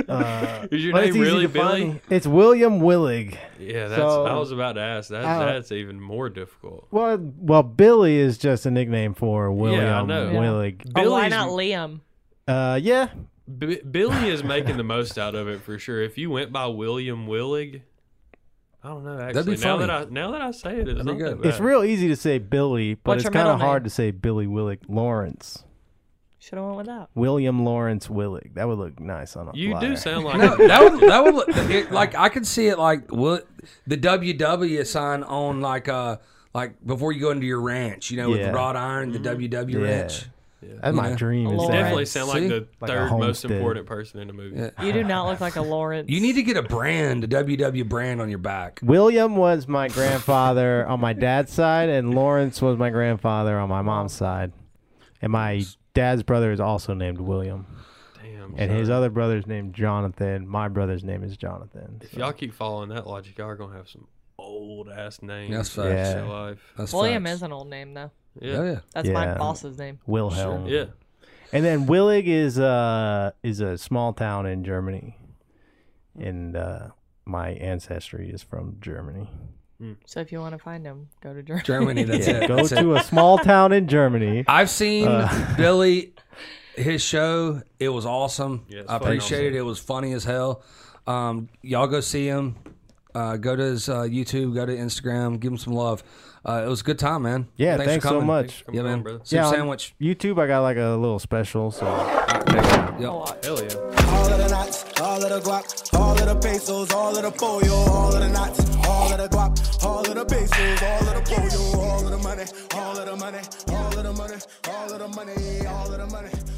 Speaker 1: uh,
Speaker 4: is your
Speaker 1: but it's
Speaker 4: name
Speaker 1: easy
Speaker 4: really
Speaker 1: to find
Speaker 4: Billy?
Speaker 1: me. It's William Willig.
Speaker 4: Yeah, that's
Speaker 1: So-
Speaker 4: I was about to ask. That
Speaker 1: Uh,
Speaker 4: that's even more difficult.
Speaker 1: Well, well, Billy is just a nickname for William
Speaker 4: Yeah, I know. Yeah.
Speaker 1: Willig.
Speaker 5: Oh, why
Speaker 4: Billy's-
Speaker 5: not Liam?
Speaker 1: Uh, yeah,
Speaker 4: B- Billy is making the most out of it for sure. If you went by William Willig, I don't know. Actually,
Speaker 2: That'd be
Speaker 4: now
Speaker 2: funny.
Speaker 4: that I now that I say it, it's
Speaker 2: be
Speaker 4: not
Speaker 2: good.
Speaker 4: that
Speaker 1: it's
Speaker 4: bad.
Speaker 1: real easy to say Billy, but
Speaker 5: What's
Speaker 1: it's
Speaker 5: your
Speaker 1: kind
Speaker 5: middle
Speaker 1: of
Speaker 5: name?
Speaker 1: hard to say Billy Willig Lawrence.
Speaker 5: Should have went with that.
Speaker 1: William Lawrence Willig. That would look nice on a
Speaker 4: You
Speaker 1: flyer.
Speaker 4: do sound
Speaker 1: Uh,
Speaker 4: like
Speaker 2: No, that would that would look, it, like I could see it like what the WW sign on like uh like before you go into your ranch, you know, with
Speaker 1: Yeah.
Speaker 2: the wrought iron,
Speaker 5: Mm-hmm.
Speaker 2: the WW
Speaker 1: Yeah.
Speaker 2: ranch.
Speaker 1: That's my dream. Is
Speaker 5: Lawrence.
Speaker 1: that.
Speaker 4: definitely sound like
Speaker 2: See?
Speaker 4: the
Speaker 1: Like a
Speaker 4: third most
Speaker 1: homestead.
Speaker 4: important person in the movie.
Speaker 2: Yeah.
Speaker 5: You do not look like a Lawrence.
Speaker 2: You need to get a brand, a WW brand on your back.
Speaker 1: William was my grandfather on my dad's side, and Lawrence was my grandfather on my mom's side. And my dad's brother is also named William,
Speaker 4: Damn.
Speaker 1: and
Speaker 4: son.
Speaker 1: his other brother's named Jonathan. My brother's name is Jonathan.
Speaker 4: if y'all keep following that logic, y'all are gonna have some old ass names.
Speaker 2: That's
Speaker 4: for the rest of
Speaker 1: facts.
Speaker 4: your life.
Speaker 2: That's
Speaker 5: William
Speaker 2: facts.
Speaker 5: is an old name though.
Speaker 2: Oh
Speaker 4: Yeah.
Speaker 2: yeah.
Speaker 5: That's my
Speaker 1: Yeah.
Speaker 5: boss's name.
Speaker 1: Wilhelm.
Speaker 4: Yeah.
Speaker 1: And then Willig is uh is a small town in Germany, and uh, my ancestry is from Germany.
Speaker 5: So if you want to find him, go to Germany.
Speaker 2: Germany, that's it.
Speaker 1: Go
Speaker 2: that's it.
Speaker 1: to a small town in Germany.
Speaker 2: I've seen
Speaker 1: Uh,
Speaker 2: Billy his show. It was awesome.
Speaker 4: Yeah, it's
Speaker 2: I
Speaker 4: fucking
Speaker 2: appreciate it. It was funny as hell. Um, y'all go see him. Uh, go to his uh, YouTube. Go to Instagram. Give him some love. Uh, it was a good time, man.
Speaker 1: Yeah,
Speaker 2: for
Speaker 1: thanks so
Speaker 2: coming.
Speaker 1: much. Thanks
Speaker 4: for
Speaker 2: yeah,
Speaker 4: coming
Speaker 2: man.
Speaker 4: on, brother.
Speaker 2: Soup
Speaker 1: Yeah, on
Speaker 2: sandwich.
Speaker 1: YouTube, I got like a little special, so.
Speaker 2: Yep.
Speaker 4: Hell yeah.
Speaker 3: All of the knots, all of the guac, all of the pesos, all of the pollo, all of the knots, all of the guac, all of the pesos, all of the pollo, all of the money, all of the money, all of the money, all of the money, all of the money.